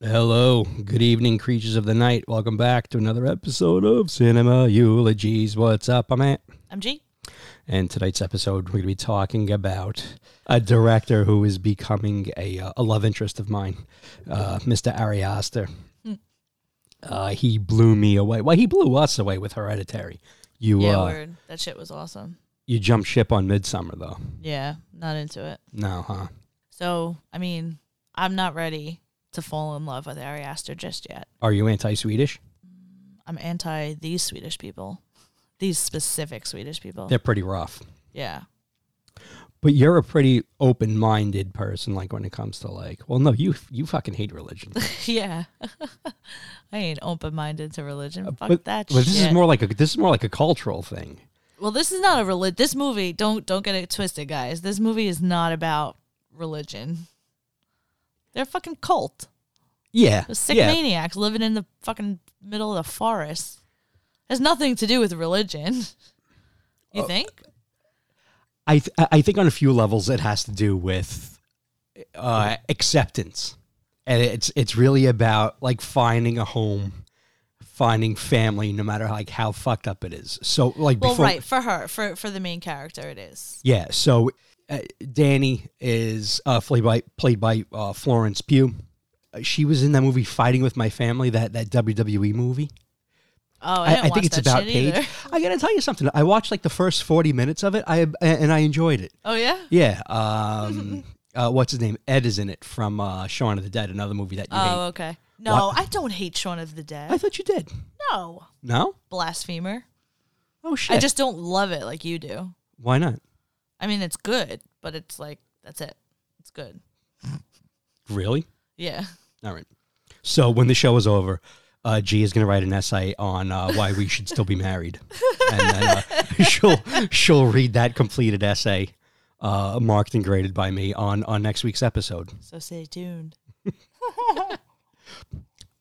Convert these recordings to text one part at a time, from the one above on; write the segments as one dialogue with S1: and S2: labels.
S1: Hello, good evening, creatures of the night. Welcome back to another episode of Cinema Eulogies. What's up, I'm Matt?
S2: I'm G.
S1: And tonight's episode, we're going to be talking about a director who is becoming a, uh, a love interest of mine, uh, Mr. Ari Aster. Uh, he blew me away. Well, he blew us away with Hereditary. You
S2: Yeah,
S1: uh,
S2: word. That shit was awesome.
S1: you jumped ship on Midsummer though.
S2: Yeah, not into it.
S1: No, huh?
S2: So, I mean, I'm not ready to fall in love with Ari Aster just yet.
S1: Are you anti-Swedish?
S2: I'm anti these Swedish people, these specific Swedish people.
S1: They're pretty rough.
S2: yeah.
S1: But you're a pretty open-minded person, like when it comes to like, well, no, you you fucking hate religion.
S2: yeah. I ain't open minded to religion. Fuck
S1: Uh, but,
S2: that
S1: but
S2: shit.
S1: this is more like a this is more like a cultural thing.
S2: well, this is not a religion. This movie, don't don't get it twisted, guys. This movie is not about religion. They're a fucking cult.
S1: Yeah,
S2: Those sick
S1: yeah.
S2: maniacs living in the fucking middle of the forest. Has nothing to do with religion.
S1: Oh,
S2: You think?
S1: I th- I think on a few levels it has to do with uh, acceptance, and it's it's really about like finding a home, finding family, no matter like how fucked up it is. So like
S2: Well,
S1: before,
S2: right for her, for for the main character, it is.
S1: yeah. So uh, Danny is uh, played by played by uh, Florence Pugh. Uh, She was in that movie Fighting with My Family, that that WWE movie.
S2: Oh, I,
S1: I,
S2: didn't
S1: I
S2: watch
S1: think it's
S2: that
S1: about
S2: shit
S1: Paige.
S2: either.
S1: I gotta tell you something. I watched like the first forty minutes of it. I and I enjoyed it.
S2: Oh yeah,
S1: Yeah. Um, uh, what's his name? Ed is in it from uh, Shaun of the Dead, another movie that you hate.
S2: Oh okay. No, I don't hate Shaun of the
S1: I
S2: Dead.
S1: thought you did.
S2: No,
S1: No.
S2: blasphemer.
S1: Oh shit.
S2: I just don't love it like you do.
S1: Why not?
S2: I mean, it's good, but it's like that's it. It's good.
S1: Really?
S2: Yeah.
S1: All right. So when the show is over, uh, G is going to write an essay on uh, why we should still be married, and then uh, she'll she'll read that completed essay, uh, marked and graded by me on on next week's episode.
S2: So stay tuned.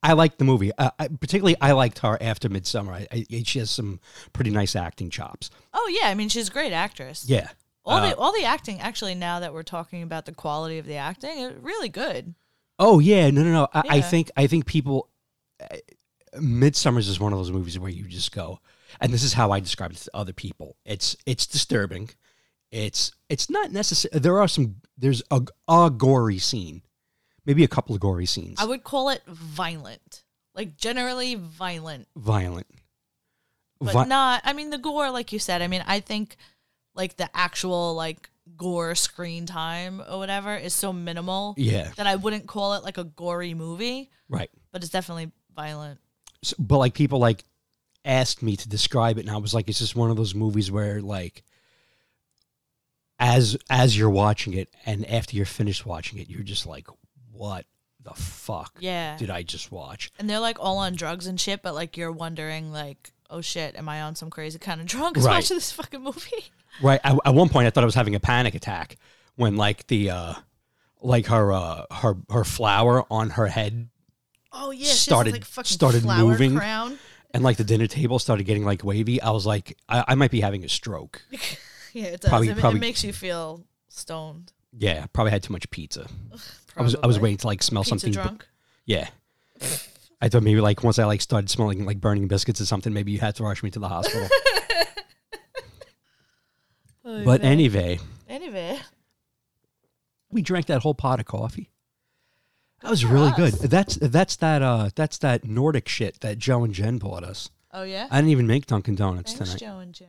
S1: I liked the movie. Uh, I, particularly, I liked her after Midsummer. I, I, she has some pretty nice acting chops.
S2: Oh yeah, I mean she's a great actress.
S1: Yeah.
S2: All the
S1: Uh,
S2: all the acting actually now that we're talking about the quality of the acting, it, really good.
S1: Oh yeah. No, no, no. I, I
S2: Yeah.
S1: think I think people. Uh, Midsummer's is one of those movies where you just go, and this is how I describe it to other people. It's it's disturbing. It's it's not necessary. There are some. There's a, a gory scene, maybe a couple of gory scenes.
S2: I would call it violent. Like generally violent,
S1: Violent.
S2: but
S1: Vi-
S2: not I mean the gore like you said. I mean, I think like the actual like gore screen time or whatever is so minimal
S1: yeah.
S2: that I wouldn't call it like a gory movie,
S1: Right.
S2: but it's definitely violent.
S1: so, but like people like asked me to describe it and i was like it's just one of those movies where like as as you're watching it and after you're finished watching it you're just like what the fuck
S2: Yeah.
S1: did i just watch
S2: And they're like all on drugs and shit, but like you're wondering like, "Oh shit, am I on some crazy kind of drug
S1: Right.
S2: watching this fucking movie?"
S1: right I, at one point i thought i was having a panic attack when like the uh like her uh her her flower on her head
S2: Oh yeah,
S1: she has this, Started- like, fucking started flower moving.
S2: crown.
S1: and like the dinner table started getting like wavy i was like i, I might be having a stroke
S2: Yeah, it does.
S1: Probably-
S2: it, ma- it
S1: probably-
S2: makes you feel stoned.
S1: yeah probably had too much pizza i was i was
S2: probably.
S1: waiting to like smell
S2: Pizza
S1: something but-
S2: drunk.
S1: Yeah. I thought maybe like once I like started smelling like burning biscuits or something, maybe you had to rush me to the hospital. but anyway,
S2: Oh, Anyway,
S1: we drank that whole pot of coffee. That was really good. That's that's that uh that's that Nordic shit that Joe and Jen bought us.
S2: oh yeah.
S1: I didn't even make Dunkin' Donuts
S2: Thanks,
S1: tonight.
S2: Joe and Jen.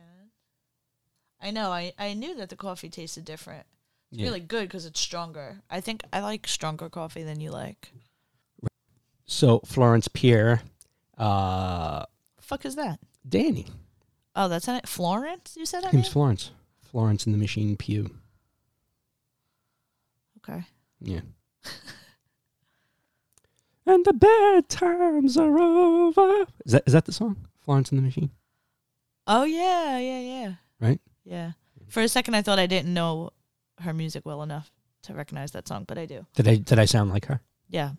S2: I know. I I knew that the coffee tasted different. It's
S1: Yeah.
S2: really good because it's stronger. I think I like stronger coffee than you like.
S1: So Florence Pierre, uh
S2: Fuck is that?
S1: Danny.
S2: Oh, that's not it. Florence. You said that.
S1: Name's
S2: name?
S1: Florence. Florence and the Machine Pew.
S2: okay.
S1: Yeah. and the bad times are over. Is that is that the song? Florence and the Machine,
S2: Oh yeah, yeah, yeah,
S1: right?
S2: yeah. For a second, I thought I didn't know her music well enough to recognize that song, but I do.
S1: Did I did I sound like her?
S2: Yeah,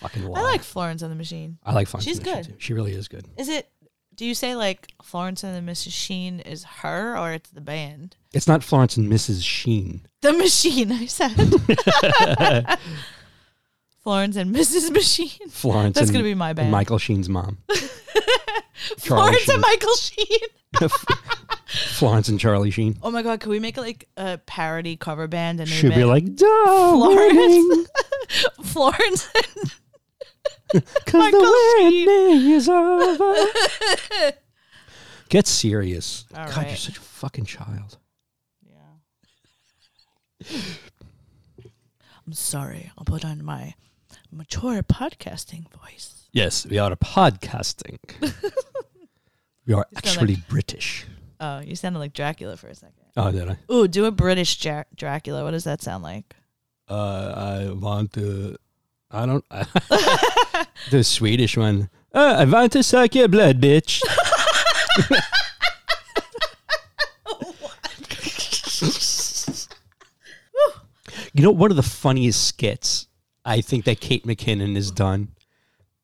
S1: Fucking
S2: I
S1: wild.
S2: like Florence and the Machine.
S1: I like Florence.
S2: She's
S1: and the Machine
S2: good.
S1: too. She really is good.
S2: Is it? Do you say like Florence and the Machine is her, or it's the band?
S1: It's not Florence and Mrs. Sheen.
S2: The Machine, I said. Florence and Mrs. Machine.
S1: Florence.
S2: That's
S1: and-
S2: gonna be my
S1: and
S2: band.
S1: Michael Sheen's mom. Charlie
S2: Florence
S1: Sheen.
S2: and Michael Sheen.
S1: Florence and Charlie Sheen.
S2: Oh my god, can we make like a parody cover band and name
S1: She'd
S2: it
S1: be like, darling,
S2: Florence. Florence?
S1: because
S2: Michael
S1: the
S2: Sheen.
S1: wedding is over. Get serious.
S2: All
S1: God, you're
S2: right.
S1: such a fucking child.
S2: yeah. I'm sorry. I'll put on my mature podcasting voice.
S1: Yes, we are podcasting. we are
S2: It's not
S1: actually British.
S2: Oh, you sounded like Dracula for a second.
S1: Oh, did I?
S2: Ooh, do a British Jack Dracula. What does that sound like?
S1: Uh, I want to. I don't. the Swedish one. Uh, I want to suck your blood, bitch. you know, one of the funniest skits I think that Kate McKinnon has done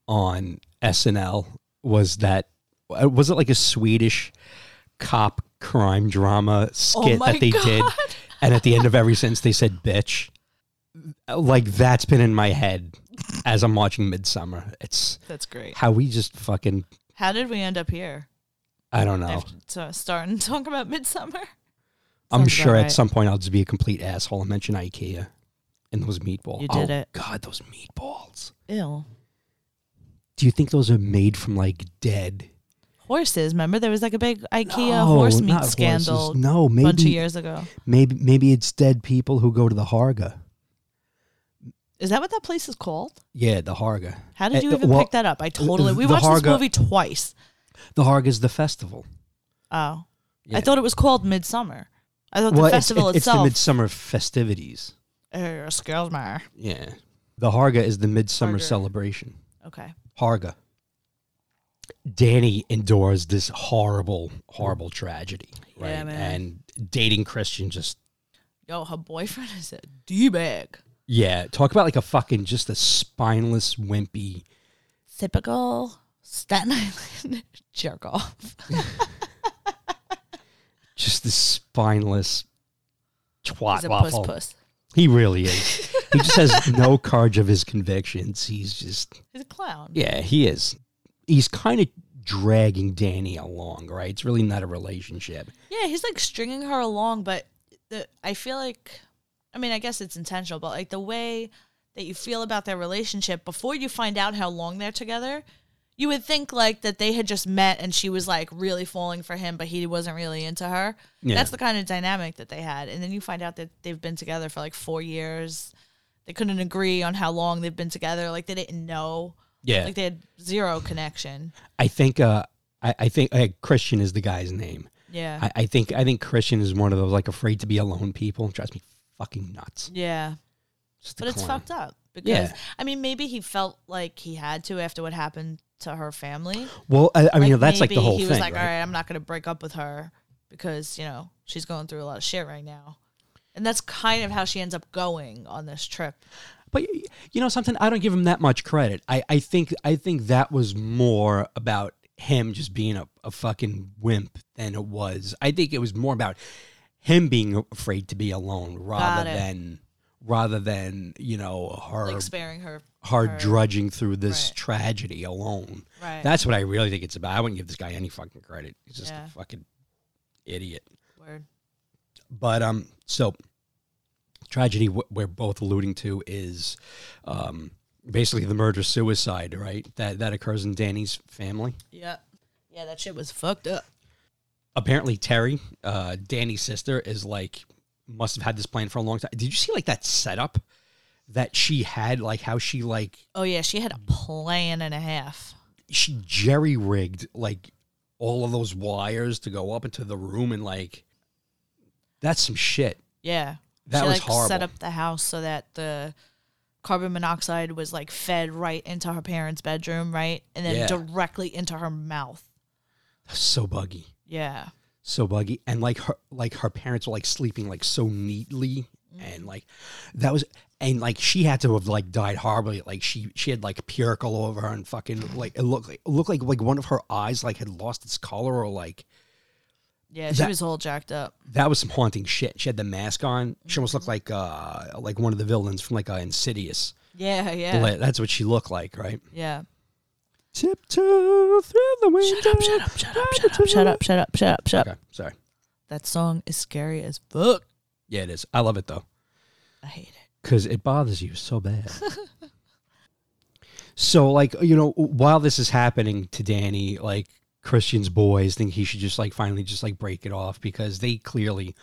S1: on SNL was that. uh, Was it like a Swedish cop crime drama skit
S2: Oh my
S1: that they did? And at the end of every sentence, they said, bitch like that's been in my head as I'm watching Midsummer. It's
S2: That's great.
S1: how we just fucking
S2: How did we end up here?
S1: I don't know.
S2: After starting to talk about Midsummer.
S1: I'm
S2: Sounds
S1: sure
S2: about
S1: at
S2: right.
S1: some point I'll just be a complete asshole and mention IKEA and those meatballs.
S2: You did
S1: oh,
S2: it.
S1: God, those meatballs.
S2: Ew.
S1: Do you think those are made from like dead
S2: Horses. Remember, there was like a big IKEA
S1: No,
S2: horse meat
S1: not horses.
S2: scandal a
S1: No,
S2: bunch of
S1: maybe
S2: years ago.
S1: maybe maybe it's dead people who go to the Harga.
S2: Is that what that place is called?
S1: Yeah, the Harga.
S2: How did
S1: Uh,
S2: you even
S1: well,
S2: pick that up? I totally. We
S1: the
S2: watched
S1: Harga-
S2: this movie twice.
S1: The Harga is the festival.
S2: Oh,
S1: Yeah.
S2: I thought it was called Midsummer. I thought the
S1: it's-
S2: festival
S1: it's,
S2: itself.
S1: it's the midsummer festivities.
S2: Er, excuse me.
S1: Yeah. The Harga is the midsummer
S2: Harga.
S1: celebration.
S2: Okay.
S1: Harga. Danny endures this horrible, horrible tragedy, right?
S2: Yeah, man.
S1: And dating Christian just
S2: Yo, her boyfriend is a d bag.
S1: yeah, talk about like a fucking just a spineless wimpy.
S2: Typical Staten Island jerk off.
S1: Just this spineless twat
S2: He's a puss
S1: waffle.
S2: puss.
S1: He really is. he just has no courage of his convictions. He's just
S2: He's a clown.
S1: Yeah, he is. He's kind of dragging Danny along, right? It's really not a relationship.
S2: Yeah, he's like stringing her along, but the I feel like, I mean, I guess it's intentional, but like the way that you feel about their relationship before you find out how long they're together, you would think like that they had just met and she was like really falling for him, but he wasn't really into her.
S1: Yeah.
S2: That's the kind of dynamic that they had, and then you find out that they've been together for like four years. They couldn't agree on how long they've been together. Like they didn't know.
S1: Yeah.
S2: Like they had zero connection.
S1: I think uh I, I think uh, Christian is the guy's name.
S2: Yeah.
S1: I, I think I think Christian is one of those like afraid to be alone people. Drives me fucking nuts.
S2: yeah.
S1: Just a
S2: But it's
S1: clown.
S2: fucked up because
S1: Yeah.
S2: I mean, maybe he felt like he had to after what happened to her family.
S1: Well, I, I mean
S2: Like,
S1: that's like the
S2: maybe
S1: whole
S2: he
S1: thing.
S2: was like,
S1: right?
S2: "All right, I'm not going to break up with her because you know she's going through a lot of shit right now," and that's kind of how she ends up going on this trip.
S1: But y- you know something, I don't give him that much credit. I, I think I think that was more about him just being a, a fucking wimp than it was. I think it was more about him being afraid to be alone rather
S2: Got it.
S1: than rather than you know her
S2: like sparing her,
S1: her
S2: her-
S1: drudging through this
S2: Right.
S1: tragedy alone.
S2: right?
S1: That's what I really think it's about. I wouldn't give this guy any fucking credit. He's just
S2: Yeah.
S1: a fucking idiot.
S2: Word.
S1: But um, so tragedy wh- we're both alluding to is um basically the murder suicide, right? That that occurs in Danny's family.
S2: Yeah, yeah, that shit was fucked up.
S1: Apparently, Terry, uh, Danny's sister, is like must have had this plan for a long time. Did you see like that setup that she had? Like how she like
S2: Oh yeah, she had a plan and a half.
S1: she jerry rigged like all of those wires to go up into the room and like that's some shit.
S2: Yeah.
S1: That
S2: she
S1: was
S2: like
S1: horrible.
S2: set up the house so that the carbon monoxide was like fed right into her parents' bedroom, right? And then
S1: Yeah.
S2: directly into her mouth.
S1: So buggy.
S2: Yeah.
S1: so buggy and like her like her parents were like sleeping like so neatly and like that was and like she had to have like died horribly like she she had like purek all over her and fucking like it looked like it looked like like one of her eyes like had lost its color or like
S2: Yeah, she
S1: That-
S2: was all jacked up.
S1: that was some haunting shit she had the mask on she almost looked like uh like one of the villains from like uh insidious
S2: Yeah, yeah.
S1: Bla- That's what she looked like, right?
S2: Yeah.
S1: Tiptoe through the window.
S2: Shut up, shut up, shut up, shut up, shut up, shut up, shut up, shut up.
S1: Okay, sorry.
S2: That song is scary as fuck.
S1: Yeah, it is. I love it though.
S2: I hate it.
S1: because it bothers you so bad. so, like, you know, while this is happening to Danny, like, Christian's boys think he should just, like, finally just, like, break it off because they clearly,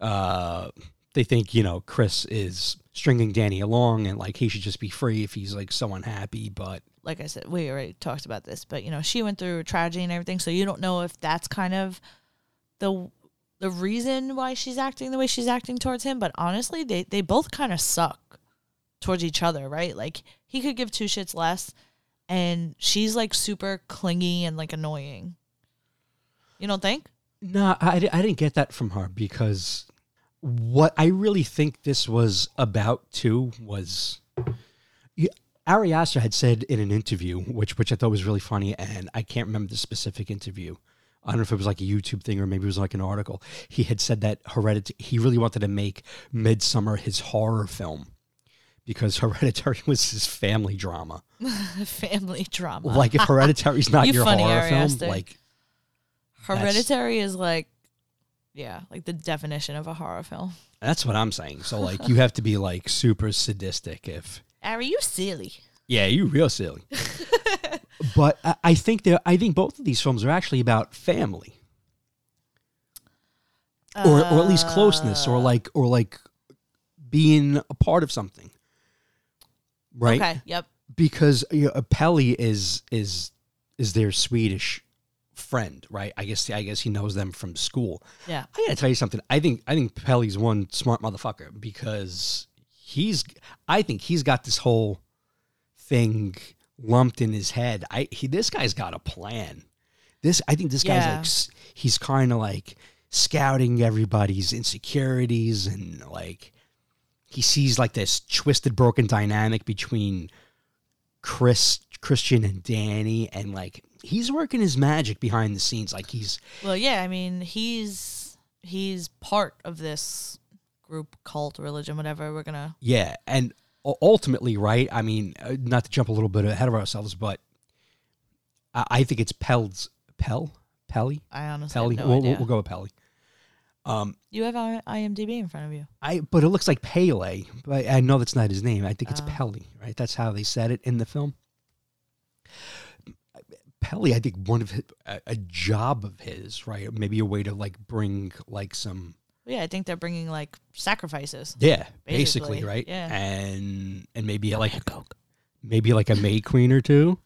S1: uh, they think, you know, Chris is stringing Danny along and, like, he should just be free if he's, like, so unhappy. But
S2: Like I said, we already talked about this, but you know, she went through a tragedy and everything, so you don't know if that's kind of the the reason why she's acting the way she's acting towards him, but honestly, they they both kind of suck towards each other, right? Like he could give two shits less and she's like super clingy and like annoying. You don't think?
S1: no, I, di- I didn't get that from her because what I really think this was about, too, was Yeah, Ari Aster had said in an interview, which which I thought was really funny, and I can't remember the specific interview. I don't know if it was like a YouTube thing or maybe it was like an article. He had said that Hereditary. He really wanted to make Midsummer his horror film because Hereditary was his family drama.
S2: Family drama.
S1: Like if Hereditary's not
S2: You
S1: your
S2: funny,
S1: horror
S2: Ari
S1: film,
S2: Aster.
S1: like
S2: Hereditary is like, yeah, like the definition of a horror film.
S1: that's what I'm saying. So like you have to be like super sadistic if
S2: Ari, you silly.
S1: Yeah, you real silly. but I, I think that I think both of these films are actually about family, or or at least closeness,
S2: Ah.
S1: or like or like being a part of something, right?
S2: Okay, yep.
S1: Because you know, Pelly is is is their Swedish friend, right? I guess I guess he knows them from school.
S2: Yeah.
S1: I gotta tell you something. I think I think Pelly's one smart motherfucker because he's. I think he's got this whole thing lumped in his head. I he, this guy's got a plan. This I think this guy's
S2: Yeah.
S1: like s- he's kind of like scouting everybody's insecurities and like he sees like this twisted broken dynamic between Chris Christian and Danny and like he's working his magic behind the scenes like he's
S2: Well, yeah, I mean, he's he's part of this group, cult, religion, whatever we're going to.
S1: Yeah, and u- ultimately, right? I mean, uh, not to jump a little bit ahead of ourselves, but I, I think it's Pell's Pell Pelly
S2: I honestly
S1: Pelly.
S2: have no
S1: we'll,
S2: idea.
S1: we'll, we'll go with Pelly. Um,
S2: You have I- IMDb in front of you.
S1: I but it looks like Pele, but I know that's not his name. I think it's
S2: Oh.
S1: Pelly, right? That's how they said it in the film. Pelly, I think one of his, a, a job of his, right? Maybe a way to like bring like some
S2: Well, yeah, I think they're bringing like sacrifices.
S1: yeah, basically,
S2: Basically,
S1: right?
S2: yeah.
S1: and and maybe like maybe like a maid queen or two.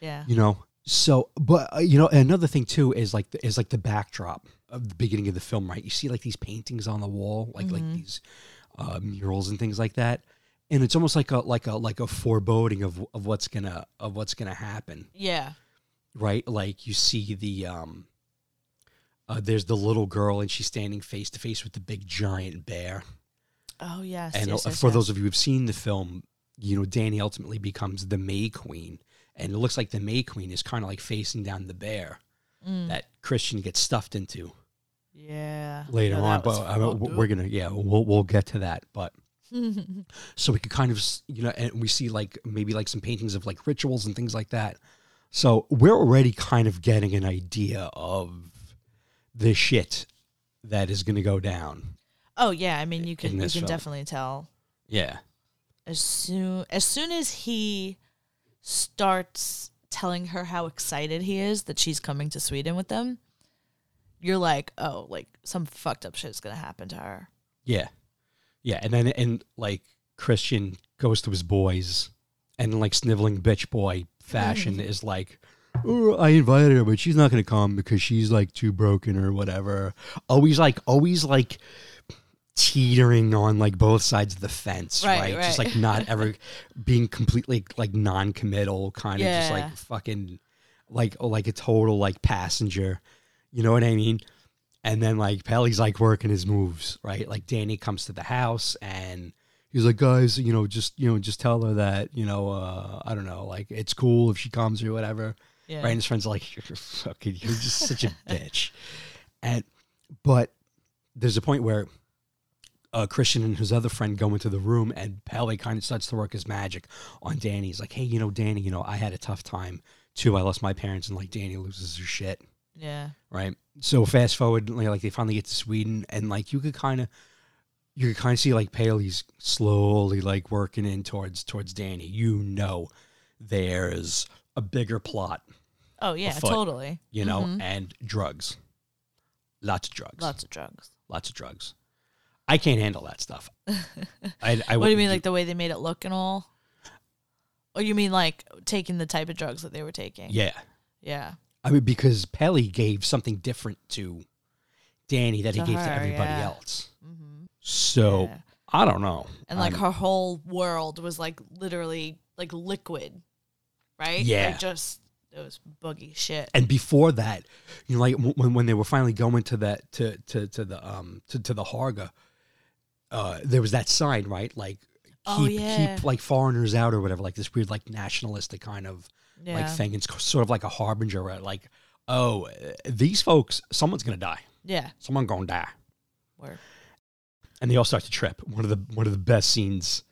S2: Yeah.
S1: you know so but uh, you know another thing too is like the, is like the backdrop of the beginning of the film right you see like these paintings on the wall like like
S2: Mhm.
S1: these uh, murals and things like that and it's almost like a like a like a foreboding of of what's gonna of what's gonna happen
S2: Yeah.
S1: right like you see the um uh, there's the little girl and she's standing face to face with the big giant bear
S2: Oh, yes.
S1: and
S2: yes,
S1: uh,
S2: yes,
S1: for
S2: yes.
S1: those of you who've seen the film, you know Danny ultimately becomes the May Queen, and it looks like the May Queen is kind of like facing down the bear
S2: Mm,
S1: that Christian gets stuffed into
S2: yeah.
S1: later
S2: No,
S1: on.
S2: that was
S1: But I mean,
S2: fucked
S1: we're gonna yeah, we'll we'll get to that. But
S2: up.
S1: so we could kind of s- you know, and we see like maybe like some paintings of like rituals and things like that. So we're already kind of getting an idea of the shit that is gonna go down.
S2: oh, yeah. I mean, you can, you can
S1: this film.
S2: definitely tell
S1: Yeah.
S2: as soon as soon as he starts telling her how excited he is that she's coming to Sweden with them, you're like, oh, like some fucked up shit's gonna happen to her.
S1: Yeah. Yeah. And then, and like Christian goes to his boys and like sniveling bitch boy fashion is like, oh, I invited her, but she's not going to come because she's like too broken or whatever. Always like, always like teetering on like both sides of the fence, right?
S2: Right,
S1: Just
S2: right.
S1: like not ever being completely like non committal, kind of just
S2: Yeah.
S1: like fucking like, oh, like a total like passenger. You know what I mean? And then like Pelly's like working his moves, right? Like Danny comes to the house and he's like, guys, you know, just you know, just tell her that, you know, uh, I don't know, like it's cool if she comes or whatever.
S2: Yeah.
S1: Right? And his friends are like, You're fucking you're just such a bitch. And but there's a point where uh, Christian and his other friend go into the room, and Pele kind of starts to work his magic on Danny. He's like, "Hey, you know, Danny, you know, I had a tough time too. I lost my parents, and like Danny loses her shit,
S2: Yeah.
S1: right?" So fast forward, like, like, they finally get to Sweden, and like you could kind of, you could kind of see like Paley's slowly like working in towards towards Danny. You know, there's a bigger plot,
S2: Oh yeah,
S1: foot.
S2: totally.
S1: you know,
S2: Mhm.
S1: and drugs, lots of drugs,
S2: Lots of drugs.
S1: lots of drugs. I can't handle that stuff. I, I
S2: what do you mean, like the way they made it look and all? Or you mean like taking the type of drugs that they were taking?
S1: Yeah,
S2: Yeah.
S1: I mean because Pelly gave something different to Danny that he
S2: To
S1: gave to
S2: her,
S1: everybody
S2: yeah.
S1: else.
S2: hmm
S1: So
S2: Yeah.
S1: I don't know.
S2: And like
S1: Um,
S2: her whole world was like literally like liquid, right?
S1: Yeah.
S2: Like just it was boogie shit.
S1: and before that, you know, like w- when when they were finally going to that to to to the um to, to the Harga, uh, there was that sign right like. Keep,
S2: Oh, yeah.
S1: keep like foreigners out or whatever, like this weird like nationalistic kind of
S2: Yeah.
S1: like thing. It's sort of like a harbinger, right? Like, oh, uh, these folks, someone's gonna die.
S2: yeah.
S1: Someone gonna die.
S2: Word.
S1: and they all start to trip. One of the one of the best scenes,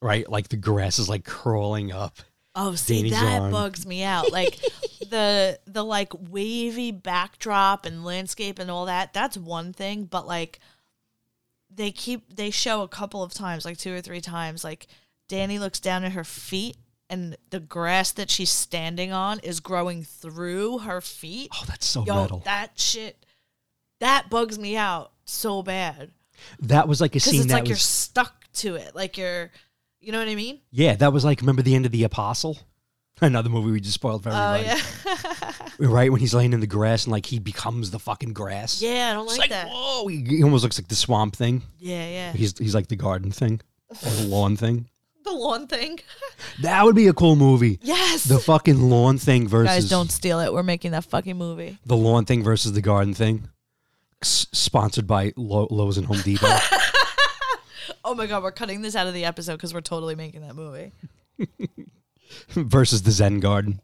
S1: right? Like the grass is like curling up.
S2: Oh, see
S1: Danny's
S2: that
S1: arm.
S2: bugs me out. Like the the like wavy backdrop and landscape and all that. That's one thing, but like they keep they show a couple of times, like two or three times, like Danny looks down at her feet and the grass that she's standing on is growing through her feet.
S1: Oh, that's so
S2: Yo,
S1: metal. That,
S2: that shit that bugs me out so bad
S1: was like a
S2: because
S1: scene
S2: it's
S1: that
S2: like you're
S1: was
S2: stuck to it, like you're, you know what I mean?
S1: yeah. That was like remember the end of the Apostle, another movie we just spoiled for
S2: Oh
S1: everybody.
S2: yeah,
S1: Right when he's laying in the grass and like he becomes the fucking grass.
S2: yeah. I don't
S1: It's like,
S2: like, that.
S1: whoa, he, he almost looks like the swamp thing.
S2: Yeah, yeah.
S1: He's he's like the garden thing, or the lawn thing.
S2: The lawn thing.
S1: That would be a cool movie.
S2: Yes.
S1: The fucking lawn thing versus
S2: Guys, don't steal it. We're making that fucking movie.
S1: the lawn thing versus the garden thing. S- sponsored by Lo- Lowe's and Home Depot.
S2: Oh my god, we're cutting this out of the episode because we're totally making that movie.
S1: versus the Zen garden.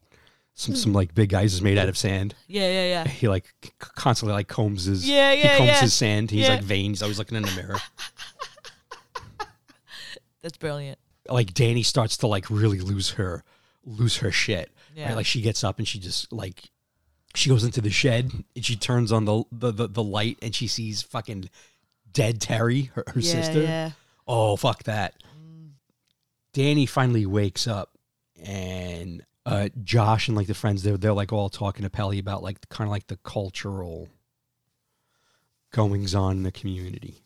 S1: Some
S2: Hmm.
S1: some like big guys is made out of sand.
S2: Yeah, yeah, yeah.
S1: He like c- constantly like combs his
S2: Yeah, yeah,
S1: he combs
S2: yeah.
S1: his sand. He's
S2: Yeah.
S1: like vain. He's always looking in the mirror.
S2: That's brilliant.
S1: like Danny starts to like really lose her lose her shit.
S2: Yeah.
S1: Right? Like she gets up and she just like she goes into the shed and she turns on the the the, the light and she sees fucking dead Terry, her, her
S2: yeah,
S1: sister.
S2: Yeah.
S1: Oh fuck that. Danny finally wakes up and uh Josh and like the friends they're they're like all talking to Pelly about like kind of like the cultural goings on in the community.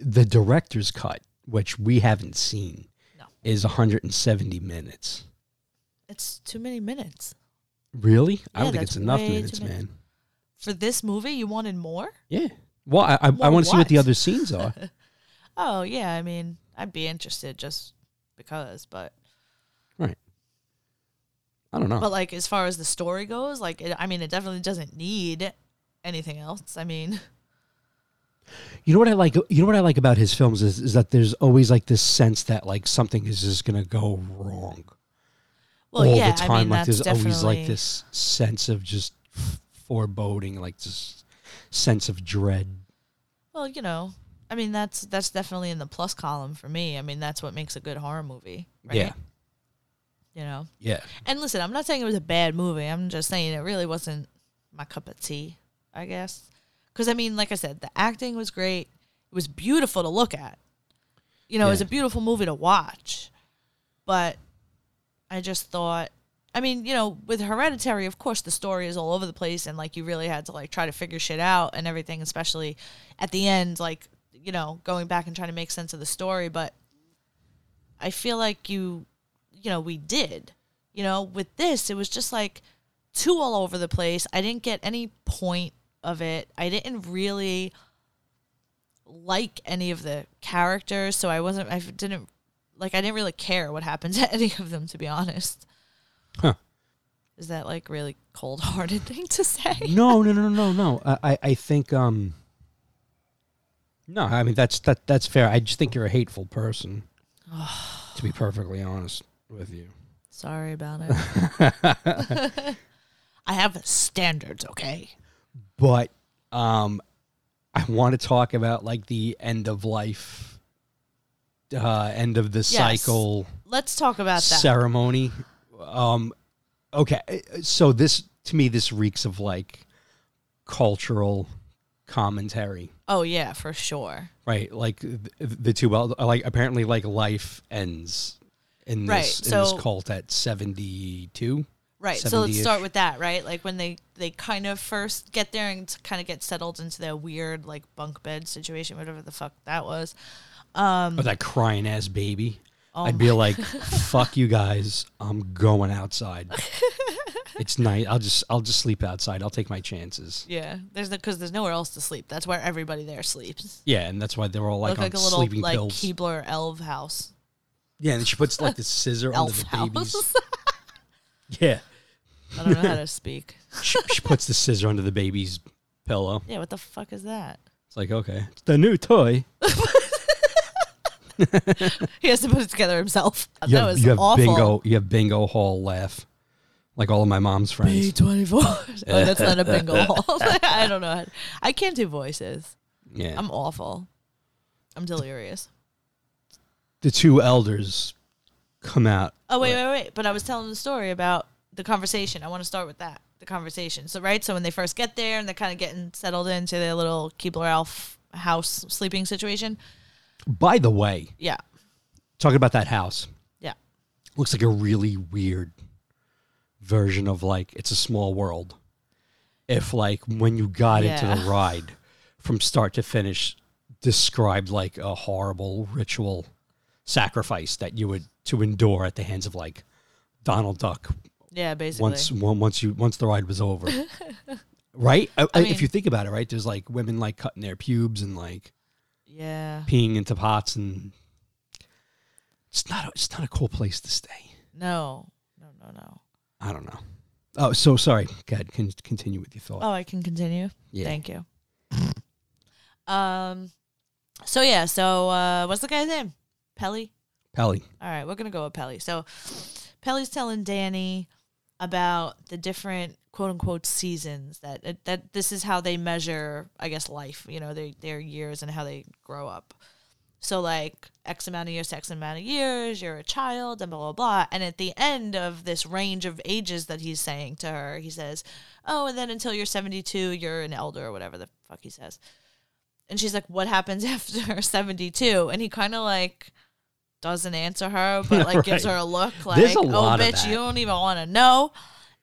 S1: The director's cut, which we haven't seen,
S2: No.
S1: is 170 minutes.
S2: It's too many minutes
S1: Really? I
S2: Yeah,
S1: don't think
S2: that's
S1: it's enough
S2: way too
S1: minutes,
S2: many.
S1: man.
S2: for this movie. You wanted more?
S1: Yeah. Well, I I, I
S2: Well,
S1: want to see what the
S2: what?
S1: other scenes are.
S2: Oh yeah. I mean, I'd be interested just because, but
S1: I don't know.
S2: But like as far as the story goes, like it, I mean, it definitely doesn't need anything else. I mean,
S1: You know what I like? You know what I like about his films is, is that there's always like this sense that like something is just gonna go wrong
S2: well,
S1: all
S2: yeah,
S1: the time.
S2: I mean,
S1: like
S2: that's
S1: there's
S2: definitely
S1: always like this sense of just f- foreboding, like this sense of dread.
S2: Well, you know, I mean, that's that's definitely in the plus column for me. I mean, that's what makes a good horror movie, right?
S1: Yeah,
S2: You know,
S1: yeah.
S2: and listen, I'm not saying it was a bad movie. I'm just saying it really wasn't my cup of tea, I guess. Because I mean, like I said, the acting was great. It was beautiful to look at. You know, it was
S1: Yeah.
S2: a beautiful movie to watch. But I just thought, I mean, you know, with Hereditary, of course, the story is all over the place, and like you really had to like try to figure shit out and everything, especially at the end, like you know, going back and trying to make sense of the story. But I feel like you, you know, we did. You know, with this, it was just like two all over the place. I didn't get any point of it. I didn't really like any of the characters, so I wasn't. I didn't like. I didn't really care what happened to any of them, to be honest.
S1: Huh.
S2: Is that like really cold-hearted thing to say?
S1: No, no, no, no, no. I, I, I think um. No, I mean that's that that's fair. I just think you're a hateful person. to be perfectly honest with you.
S2: Sorry about it. I have standards, okay?
S1: but um I want to talk about like the end of life, uh, end of the cycle
S2: Let's talk about that.
S1: ceremony. Um, okay, uh, so this to me this reeks of like cultural commentary,
S2: oh yeah, for sure.
S1: right? Like th- the two well, uh, like apparently like life ends in this
S2: Right,
S1: in this
S2: so-
S1: cult at seventy two.
S2: Right. So let's
S1: 70-ish.
S2: start with that, right? Like when they they kind of first get there and kind of get settled into their weird like bunk bed situation, whatever the fuck that was.
S1: Oh, that crying ass baby.
S2: Oh
S1: I'd be like, "Fuck you guys! I'm going outside. it's night. I'll just I'll just sleep outside. I'll take my chances."
S2: Yeah. There's because there's nowhere else to sleep. That's where everybody there sleeps.
S1: Yeah, and that's why they were all like
S2: Look
S1: on
S2: like a little
S1: sleeping
S2: like
S1: pills.
S2: Keebler elf house,
S1: yeah, and she puts like the scissor under
S2: elf
S1: the
S2: house.
S1: baby's. Yeah,
S2: I don't know how to speak.
S1: she, she puts the scissor under the baby's pillow.
S2: Yeah. What the fuck is that?
S1: It's like okay, it's the new toy.
S2: He has to put it together himself.
S1: You
S2: that
S1: have,
S2: was
S1: you have
S2: awful.
S1: bingo. You have bingo hall laugh, like all of my mom's friends.
S2: B24. Oh, that's not a bingo hall. I don't know. How to- I can't do voices.
S1: Yeah,
S2: I'm awful. I'm delirious.
S1: the two elders come out.
S2: Oh wait, wait, wait! But I was telling the story about the conversation. I want to start with that. The conversation. So right, so when they first get there and they're kind of getting settled into their little Keebler Elf house sleeping situation.
S1: By the way,
S2: Yeah,
S1: talking about that house.
S2: yeah,
S1: looks like a really weird version of like it's a small world if like when you got into the
S2: Yeah.
S1: ride from start to finish described like a horrible ritual sacrifice that you would to endure at the hands of like Donald Duck
S2: yeah. Basically,
S1: once one, once you once the ride was over right I, I- if
S2: mean-
S1: you think about it right there's like women like cutting their pubes and like
S2: yeah.
S1: peeing into pots and it's not a, it's not a cool place to stay
S2: No, no, no, no.
S1: I don't know. Oh, so sorry. God, can continue with your thought.
S2: Oh, I can continue.
S1: yeah.
S2: Thank you. um, so yeah, so uh, what's the guy's name? Pelly.
S1: Pally.
S2: All right, we're gonna go with Pelly. So Pelly's telling Danny about the different quote unquote seasons that that this is how they measure, I guess, life. You know, their their years and how they grow up. So like X amount of years to X amount of years, you're a child, and blah blah blah. And at the end of this range of ages that he's saying to her, he says, "Oh, and then until you're 72, you're an elder or whatever the fuck he says." And she's like, "What happens after 72?" And he kind of like doesn't answer her, but like gives
S1: Right.
S2: her a look
S1: There's
S2: like,
S1: a
S2: "Oh,
S1: lot of
S2: bitch,
S1: that.
S2: you don't even want to know."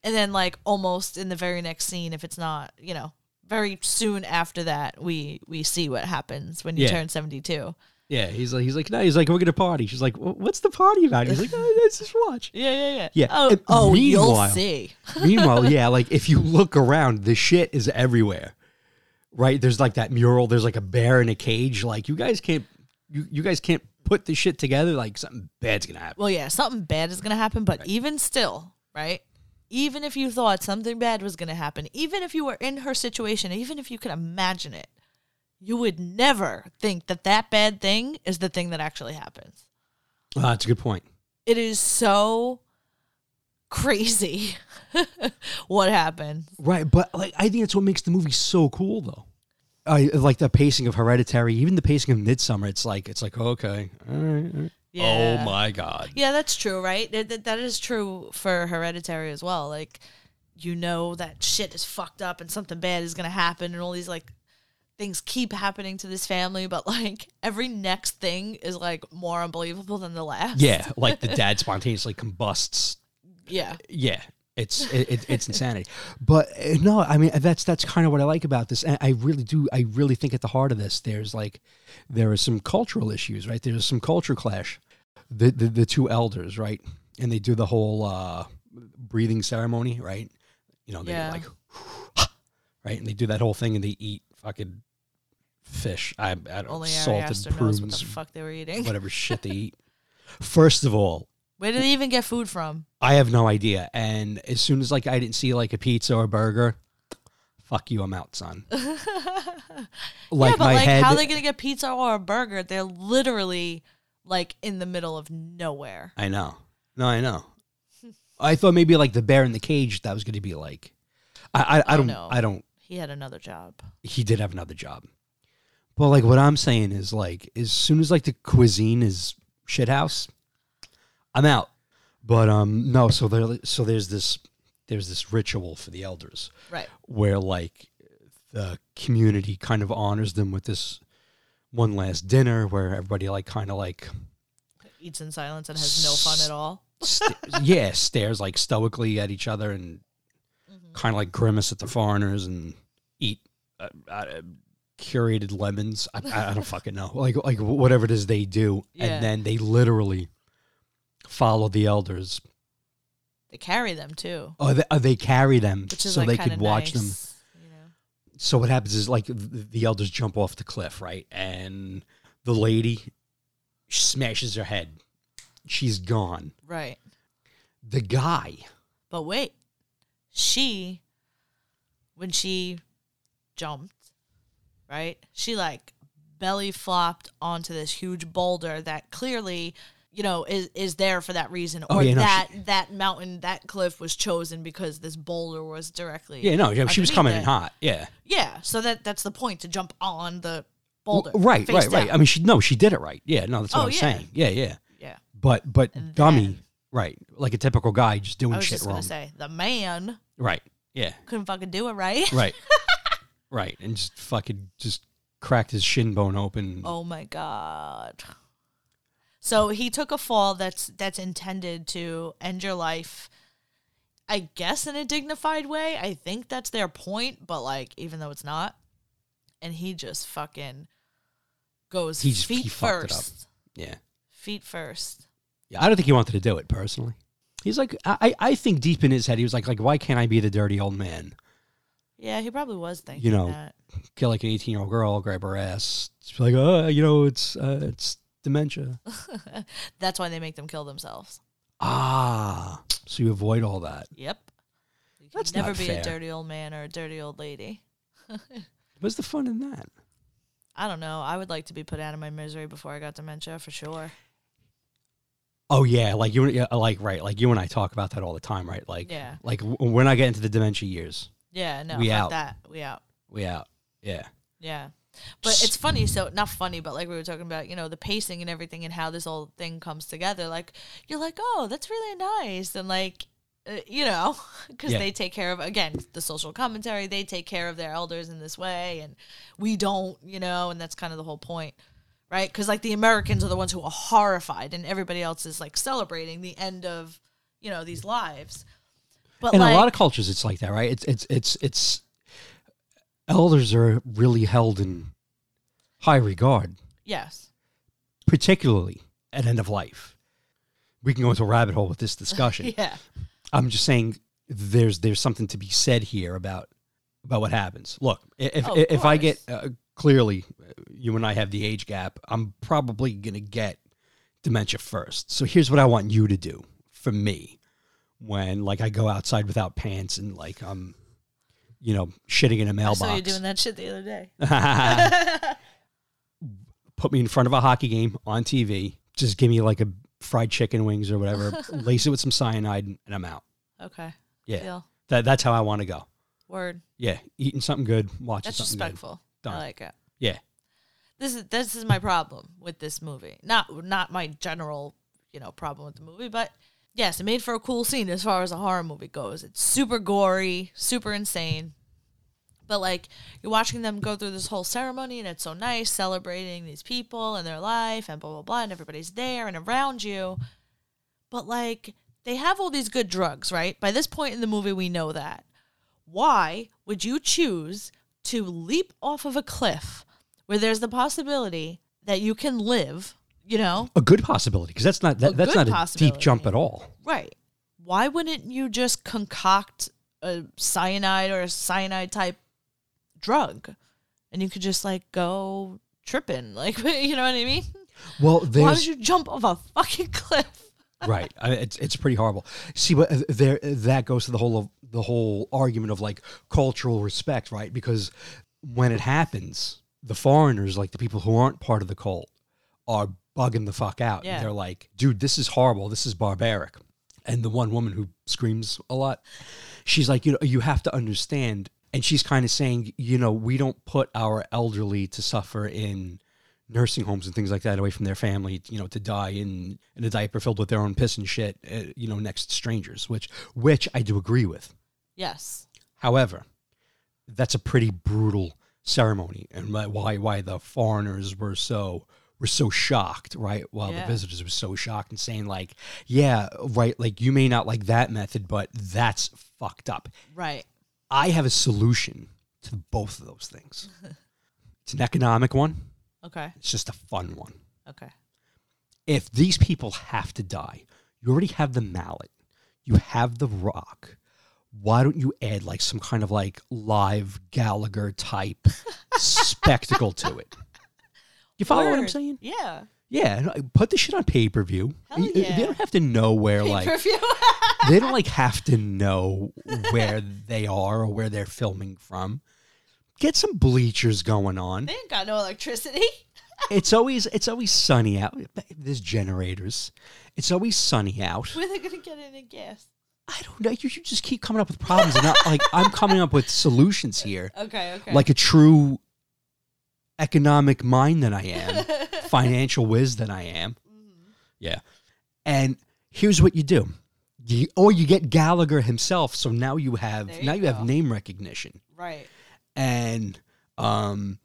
S2: And then like almost in the very next scene, if it's not, you know, very soon after that, we we see what happens when you
S1: Yeah.
S2: turn 72.
S1: Yeah. He's like, he's like, no, he's like, we're going to party. She's like, "Wh- what's the party about? He's like, oh, let's just watch.
S2: Yeah, yeah, yeah.
S1: Yeah,
S2: Oh,
S1: and
S2: oh you'll
S1: meanwhile-
S2: see.
S1: Meanwhile, yeah, like if you look around, the shit is everywhere. Right? There's like that mural. There's like a bear in a cage. Like you guys can't, you, you guys can't put this shit together. Like something bad's going to happen.
S2: Well, yeah, something bad is gonna happen, but even still, right? Even if you thought something bad was gonna happen, even if you were in her situation, even if you could imagine it, you would never think that that bad thing is the thing that actually happens.
S1: Uh, that's a good point.
S2: It is so crazy what happens.
S1: Right, but like I think that's what makes the movie so cool, though. I like the pacing of Hereditary, even the pacing of Midsummer. It's like it's like okay, all right, all right.
S2: Yeah.
S1: oh my god,
S2: Yeah, that's true, right? That, that, that is true for Hereditary as well. Like, you know that shit is fucked up and something bad is going to happen and all these, like, things keep happening to this family, but, like, every next thing is, like, more unbelievable than the last.
S1: yeah, like the dad spontaneously combusts.
S2: Yeah.
S1: Yeah, it's it, it, it's insanity. But uh, no, I mean that's that's kind of what I like about this, and I really do. I really think at the heart of this, there's like there are some cultural issues, right? There's some culture clash. The the, the two elders, right, and they do the whole uh, breathing ceremony, right? You know, they
S2: Yeah.
S1: like right? And they do that whole thing and they eat fucking fish. I, I don't know,
S2: Only
S1: salted
S2: Ariaster knows what the
S1: prunes,
S2: fuck they were eating.
S1: whatever shit they eat. First of all,
S2: Where did they even get food from?
S1: I have no idea. And as soon as like I didn't see like a pizza or a burger, fuck you, I'm out, son. like
S2: yeah, but,
S1: my
S2: like,
S1: head,
S2: how are they going to get pizza or a burger? They're literally, like, in the middle of nowhere.
S1: I know. No, I know. I thought maybe like the bear in the cage that was going to be like. I I, I don't
S2: no.
S1: I don't.
S2: He had another job.
S1: He did have another job. But like what I'm saying is like as soon as like the cuisine is shit house, I'm out. But um no, so there so there's this there's this ritual for the elders
S2: Right.
S1: where like the community kind of honors them with this one last dinner where everybody like kind of like
S2: Eats in silence and has no fun at all.
S1: st- yeah stares like stoically at each other and
S2: Mm-hmm.
S1: kind of like grimace at the foreigners and eat uh, uh, curated lemons I, I I don't fucking know like like whatever it is they do
S2: Yeah.
S1: and then they literally follow the elders
S2: They carry them too,
S1: or they, or they carry them
S2: which is
S1: so
S2: like
S1: they
S2: kinda
S1: could watch them
S2: nice, You know?
S1: so what happens is like th- the elders jump off the cliff, right? And the lady smashes her head. She's gone.
S2: Right.
S1: The guy,
S2: But wait, she, when she jumped, right? She like belly flopped onto this huge boulder that clearly, you know, is is there for that reason, or
S1: Oh, yeah, no,
S2: that that mountain, that cliff was chosen because this boulder was directly.
S1: yeah, no, yeah, she was
S2: underneath
S1: coming
S2: it.
S1: in hot, yeah,
S2: Yeah, so that that's the point to jump on the boulder.
S1: W- right,
S2: face
S1: right, right.
S2: down.
S1: I mean, she no, she did it right, yeah, no, that's what
S2: Oh,
S1: I'm
S2: yeah.
S1: saying, yeah, yeah.
S2: yeah,
S1: But but
S2: And
S1: dummy,
S2: then-
S1: right? Like a typical guy, just
S2: I
S1: doing
S2: was
S1: shit
S2: just gonna
S1: wrong,
S2: say the man
S1: right? Yeah,
S2: couldn't fucking do it right.
S1: right, right, and just fucking just cracked his shin bone open.
S2: Oh my god. So he took a fall that's that's intended to end your life. I guess in a dignified way. I think that's their point, but like even though it's not and he just fucking goes
S1: He just-
S2: feet
S1: he fucked it up.
S2: first.
S1: Yeah,
S2: Feet first.
S1: Yeah, I don't think he wanted to do it personally. He's like, I, I- I think deep in his head, he was like, like, why can't I be the dirty old man?
S2: Yeah, he probably was thinking
S1: You know,
S2: that.
S1: Kill like an eighteen year old girl, grab her ass. She's like, oh, you know, it's uh, it's dementia.
S2: That's why they make them kill themselves.
S1: ah, so you avoid all that.
S2: Yep. You can
S1: That's
S2: never
S1: not
S2: be
S1: fair.
S2: a dirty old man or a dirty old lady.
S1: What's the fun in that?
S2: I don't know. I would like to be put out of my misery before I got dementia for sure.
S1: Oh yeah, like you, yeah, like right, like you and I talk about that all the time, right? Like,
S2: Yeah.
S1: like w- we're not getting to the dementia years.
S2: Yeah, no,
S1: We
S2: fuck
S1: out.
S2: that. We out.
S1: We out. Yeah.
S2: Yeah. But it's funny, so not funny, but like we were talking about, you know, the pacing and everything and how this whole thing comes together. Like, you're like, oh, that's really nice. And like, uh, you know, because
S1: Yeah.
S2: they take care of, again, the social commentary, they take care of their elders in this way, and we don't, you know, and that's kind of the whole point, right? Because like the Americans are the ones who are horrified, and everybody else is like celebrating the end of, you know, these lives. But
S1: in
S2: like,
S1: a lot of cultures it's like that right it's it's it's it's elders are really held in high regard
S2: yes.
S1: particularly at end of life we can go into a rabbit hole with this discussion
S2: Yeah.
S1: i'm just saying there's there's something to be said here about about what happens look i- if
S2: Oh, of
S1: if, i get
S2: course.
S1: uh, clearly uh, you and i have the age gap i'm probably going to get dementia first so here's what i want you to do for me when like i go outside without pants and like i'm you know shitting in a
S2: I
S1: mailbox
S2: saw you doing that shit the other day.
S1: put me in front of a hockey game on tv just give me like a fried chicken wings or whatever lace it with some cyanide and i'm out
S2: Okay.
S1: Yeah.
S2: Deal.
S1: that, that's how i want to go
S2: Word.
S1: Yeah, eating something good, watching
S2: That's
S1: something
S2: respectful. I
S1: Done.
S2: like it.
S1: good. Yeah,
S2: This is this is my problem with this movie. Not not my general, you know, problem with the movie, but yes, it made for a cool scene as far as a horror movie goes. It's super gory, super insane. But like you're watching them go through this whole ceremony and it's so nice celebrating these people and their life and blah blah blah and everybody's there and around you. But like they have all these good drugs, right? By this point in the movie we know that. why would you choose to leap off of a cliff where there's the possibility that you can live, you know?
S1: a good possibility because that's not that,
S2: A
S1: that's
S2: good
S1: not a deep jump
S2: possibility.
S1: at all.
S2: Right. Why wouldn't you just concoct a cyanide or a cyanide type drug and you could just like go tripping? Like, you know what I mean?
S1: Well,
S2: Why would
S1: there's
S2: you jump off a fucking cliff?
S1: right. I, it's it's pretty horrible. See, but uh, there that goes to the whole of the whole argument of like cultural respect, right? Because when it happens, the foreigners, like the people who aren't part of the cult, are bugging the fuck out.
S2: Yeah.
S1: They're like, dude, this is horrible. This is barbaric. And the one woman who screams a lot, she's like, you know, you have to understand and she's kind of saying, you know, we don't put our elderly to suffer in nursing homes and things like that away from their family, you know, to die in, in a diaper filled with their own piss and shit, uh, you know, next to strangers, which which I do agree with.
S2: Yes.
S1: However, that's a pretty brutal ceremony, and why- why why the foreigners were so were so shocked, right? While
S2: Yeah.
S1: the visitors were so shocked and saying like, "Yeah, right, like you may not like that method, but that's fucked up."
S2: Right.
S1: I have a solution to both of those things. it's an economic one.
S2: Okay.
S1: It's just a fun one.
S2: Okay.
S1: If these people have to die, you already have the mallet. You have the rock. Why don't you add like some kind of like live Gallagher type spectacle to it? You follow what I'm
S2: Word.
S1: saying?
S2: Yeah.
S1: Yeah, no, put the shit on pay per view.
S2: Hell yeah.
S1: They don't have to know where like
S2: Pay-per-view.
S1: they don't like have to know where they are or where they're filming from. Get some bleachers going on.
S2: they ain't got no electricity.
S1: It's always it's always sunny out. There's generators. It's always sunny out.
S2: Where they gonna get any gas?
S1: I don't know. You should just keep coming up with problems and not like I'm coming up with solutions here.
S2: Okay. Okay.
S1: Like a true economic mind that I am, financial whiz that I am.
S2: Mm-hmm.
S1: Yeah. And here's what you do. You, or you get Gallagher himself, so now you have
S2: There you
S1: now you
S2: go.
S1: have name recognition.
S2: right.
S1: and um,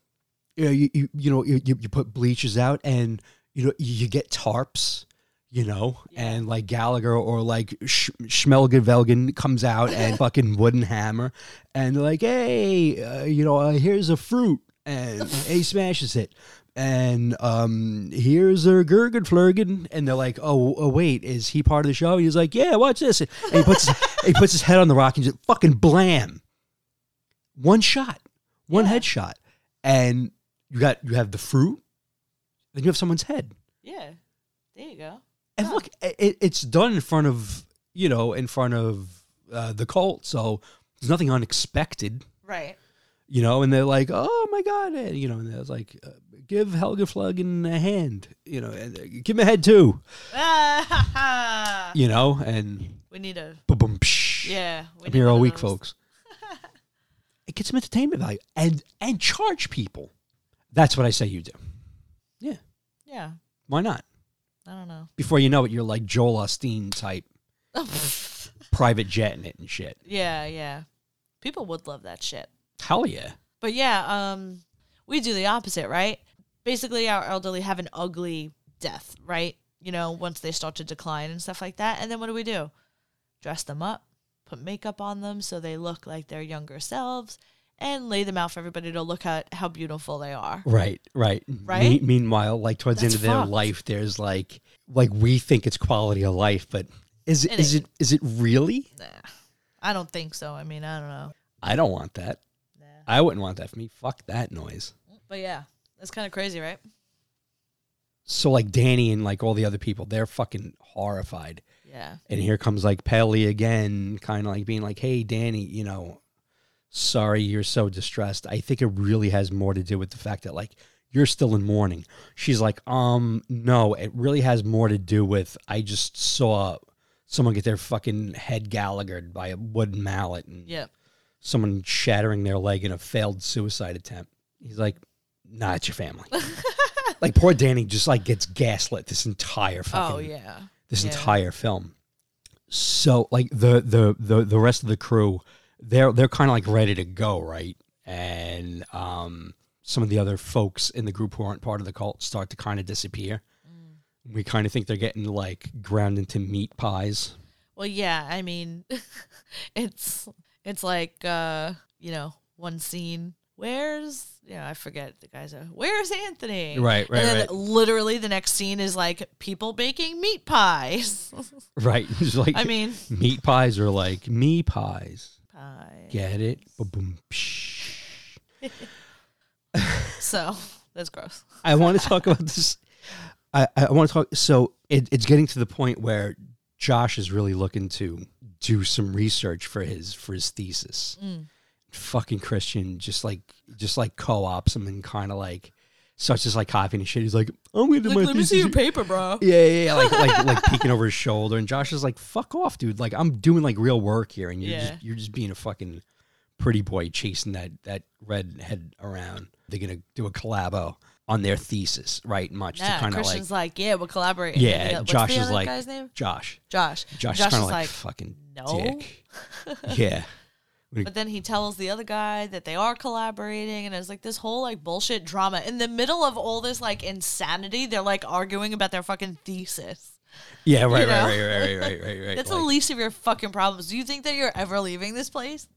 S1: you know, you, you, you know, you, you you put bleachers out, and you know, you, you get tarps, you know,
S2: Yeah.
S1: and like Gallagher or like Sch- Schmelgen Velgen comes out and fucking wooden hammer, and they're like, hey, uh, you know, uh, here's a fruit, and he smashes it. And um, here's a Gergen Flurgen, and they're like, oh, oh, wait, is he part of the show?" He's like, "Yeah, watch this." And he puts his, he puts his head on the rock and just fucking blam one shot, one
S2: Yeah.
S1: headshot, and you got you have the fruit, then you have someone's head,
S2: Yeah. There you go.
S1: and
S2: Huh.
S1: look, i- it, it's done in front of you know in front of uh, the cult, so there's nothing unexpected,
S2: Right.
S1: you know, and they're like, oh my god, and, you know, and it's like, uh, give Helga Fluggen a hand, you know, and uh, give him a head too,
S2: Ah,
S1: you know, and
S2: we need a
S1: boom, boom, psh,
S2: yeah. We
S1: I'm
S2: need
S1: here all
S2: one of
S1: week,
S2: those.
S1: folks. it gets some entertainment value and and charge people. That's what I say you do.
S2: Yeah.
S1: Why not?
S2: I don't know.
S1: Before you know it, you're like Joel Osteen type private jetting it and shit.
S2: yeah. Yeah. People would love that shit.
S1: Hell yeah.
S2: But yeah, um, we do the opposite, right? Basically, our elderly have an ugly death, right? You know, once they start to decline and stuff like that. And then what do we do? Dress them up, put makeup on them so they look like their younger selves, and lay them out for everybody to look at how beautiful they are.
S1: Right, right.
S2: Right?
S1: meanwhile, like towards
S2: That's
S1: the end of their
S2: fucked.
S1: life, there's like like we think it's quality of life, but is it
S2: It
S1: is it is it really?
S2: Nah, I don't think so. I mean, I don't know.
S1: I don't want that.
S2: Nah.
S1: I wouldn't want that for me. Fuck that noise.
S2: But yeah, that's kind of crazy, right?
S1: So like Danny and like all the other people, they're fucking horrified.
S2: Yeah.
S1: And here comes like Pelly again, kind of like being like, hey, Danny, you know, sorry you're so distressed. I think it really has more to do with the fact that like you're still in mourning. She's like, um, no, it really has more to do with I just saw someone get their fucking head Gallaghered by a wooden mallet and
S2: Yeah.
S1: someone shattering their leg in a failed suicide attempt. He's like, nah, it's your family. like poor Danny just like gets gaslit this entire fucking
S2: Oh yeah.
S1: this
S2: Yeah.
S1: entire film. So like the the the the rest of the crew, they're they're kind of like ready to go, right? And um, some of the other folks in the group who aren't part of the cult start to kind of disappear.
S2: Mm.
S1: We kind of think they're getting like ground into meat pies.
S2: Well, yeah, I mean, it's it's like uh, you know, one scene. Where's you know, I forget the guys are. Where's Anthony?
S1: Right, right,
S2: and then
S1: right.
S2: Literally, the next scene is like people baking meat pies.
S1: Right? It's like
S2: I mean,
S1: meat pies are like me pies.
S2: pie.
S1: Get it? Boom. psh.
S2: So that's gross.
S1: I want to talk about this. I, I want to talk. So it, it's getting to the point where Josh is really looking to do some research for his for his thesis.
S2: Mm.
S1: Fucking Christian, just like just like co-ops him and kind of like starts just like copying and shit. He's like, I'm gonna do
S2: Like,
S1: my
S2: let me
S1: thesis.
S2: see your paper, bro.
S1: yeah, yeah, yeah, like like like peeking over his shoulder, and Josh is like, "Fuck off, dude! Like I'm doing like real work here, and you're
S2: Yeah.
S1: just, you're just being a fucking pretty boy chasing that that redhead around. They're gonna do a collabo on their thesis, right? Much
S2: Yeah,
S1: to kind of like
S2: Christian's like, yeah, we're collaborating.
S1: Yeah,
S2: And the- what's
S1: Josh
S2: the
S1: is
S2: other
S1: like-
S2: guy's name?
S1: Josh.
S2: Josh.
S1: Josh,
S2: Josh
S1: is kind
S2: is
S1: of
S2: like,
S1: like, fucking
S2: "No."
S1: dick. yeah,
S2: But then he tells the other guy that they are collaborating, and it's like this whole like bullshit drama in the middle of all this like insanity. They're like arguing about their fucking thesis.
S1: yeah, right,
S2: You know?
S1: right, right, right, right, right, right.
S2: That's
S1: like-
S2: the least of your fucking problems. Do you think that you're ever leaving this place?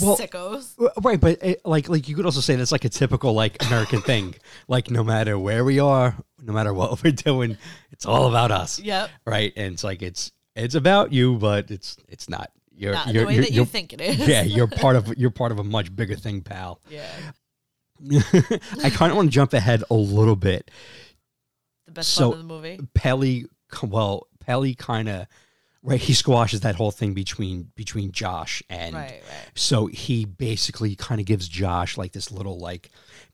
S1: Well-
S2: Sickos.
S1: Well, Right, but it, like like you could also say that's like a typical like American thing. Like no matter where we are, no matter what we're doing, it's all about us.
S2: Yep.
S1: Right, and it's like it's it's about you, but it's it's not. You're,
S2: Not
S1: you're,
S2: the way
S1: you're,
S2: that you
S1: you're-
S2: think it is.
S1: Yeah, you're part of you're part of a much bigger thing, pal.
S2: Yeah.
S1: I kind of want to jump ahead a little bit.
S2: The best
S1: So-
S2: part of the movie.
S1: Pelly, well, Pelly kind of right. He squashes that whole thing between between Josh and
S2: Right, right.
S1: So he basically kind of gives Josh like this little like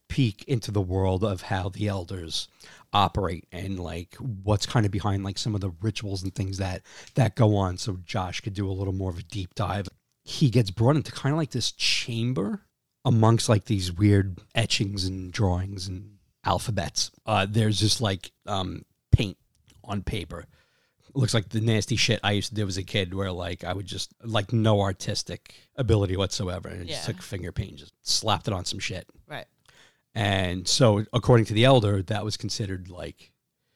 S1: peek into the world of how the elders operate and like what's kind of behind like some of the rituals and things that that go on so Josh could do a little more of a deep dive. He gets brought into kind of like this chamber amongst like these weird etchings and drawings and alphabets. Uh there's just like um paint on paper looks like the nasty shit I used to do as a kid, where like I would just like no artistic ability whatsoever, and I just
S2: Yeah.
S1: took finger paint, and just slapped it on some shit,
S2: Right.
S1: and so according to the elder, that was considered like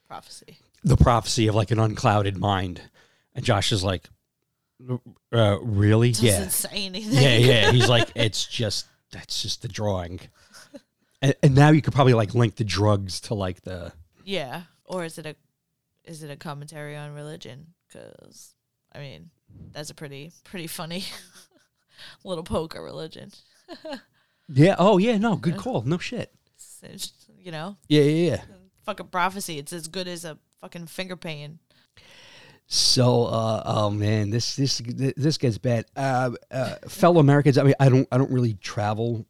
S2: Prophecy.
S1: the prophecy of like an unclouded mind, and Josh is like, uh, really,
S2: Doesn't
S1: yeah,
S2: say anything.
S1: yeah, yeah. He's like, it's just that's just the drawing, and, and now you could probably like link the drugs to like the
S2: Yeah. Or is it a is it a commentary on religion? Because I mean, that's a pretty pretty funny little poke at religion.
S1: yeah, oh yeah, no, good call, no shit,
S2: So, just, you know,
S1: yeah, yeah, yeah.
S2: fucking prophecy. It's as good as a fucking finger painting.
S1: So, uh, oh man, this this this gets bad. Uh, uh, fellow Americans, I mean, I don't I don't really travel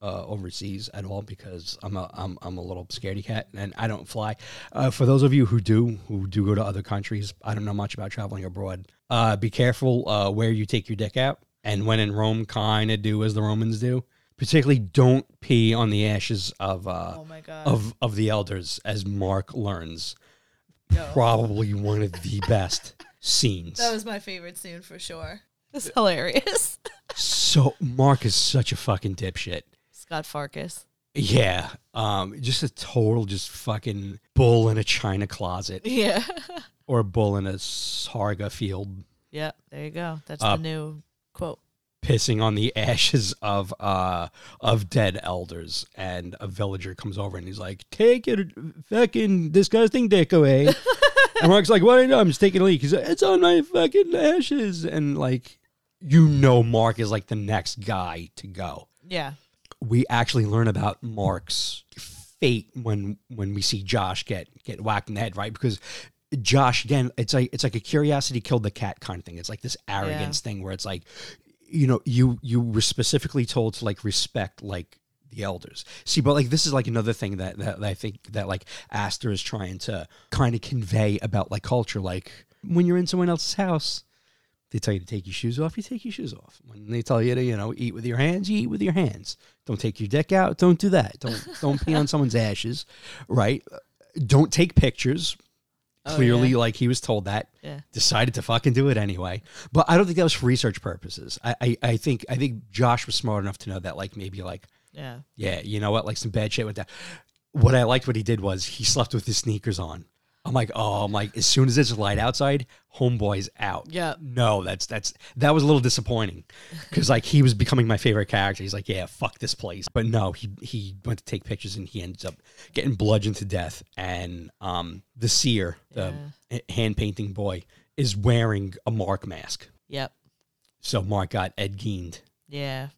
S1: uh, overseas at all because I'm a I'm, I'm a little scaredy cat and I don't fly. Uh, for those of you who do who do go to other countries, I don't know much about traveling abroad. Uh, be careful uh, where you take your dick out, and when in Rome, kind of do as the Romans do. Particularly, don't pee on the ashes of uh,
S2: oh my god.
S1: of of the elders, as Mark learns
S2: Yo.
S1: probably one of the best scenes.
S2: That was my favorite scene for sure. It's hilarious.
S1: so Mark is such a fucking dipshit.
S2: Scott Farkas.
S1: Yeah, um, just a total just fucking bull in a china closet
S2: Yeah.
S1: or a bull in a sarga field,
S2: yeah. There you go. That's
S1: Uh,
S2: the new quote.
S1: pissing on the ashes of uh of dead elders. And a villager comes over and he's like, "Take your fucking disgusting dick away." and Mark's like, "What? do you know? I'm just taking a leak." He's like, "It's on my fucking ashes," and like. You know, Mark is like the next guy to go.
S2: Yeah.
S1: we actually learn about Mark's fate when when we see Josh get get whacked in the head, right? Because Josh again, it's like it's like a curiosity killed the cat kind of thing. It's like this arrogance thing where it's like, you know, you you were specifically told to like respect like the elders. See, but like this is like another thing that that, that I think that like Astor is trying to kind of convey about like culture. Like when you're in someone else's house, they tell you to take your shoes off, you take your shoes off. When they tell you to, you know, eat with your hands, you eat with your hands. Don't take your dick out. Don't do that. Don't don't pee on someone's ashes, right? Don't take pictures.
S2: Oh,
S1: Clearly,
S2: yeah.
S1: like he was told that.
S2: Yeah.
S1: Decided to fucking do it anyway. But I don't think that was for research purposes. I, I, I think I think Josh was smart enough to know that like maybe like
S2: Yeah.
S1: yeah, you know what? Like some bad shit with that. What I liked what he did was he slept with his sneakers on. I'm like, oh, I'm like, as soon as it's light outside, homeboy's out.
S2: Yeah.
S1: No, that's that's that was a little disappointing because like he was becoming my favorite character. He's like, yeah, fuck this place. But no, he he went to take pictures and he ends up getting bludgeoned to death. And um, the seer, the hand painting boy, is wearing a Mark mask.
S2: Yep.
S1: So Mark got Ed Geined.
S2: Yeah.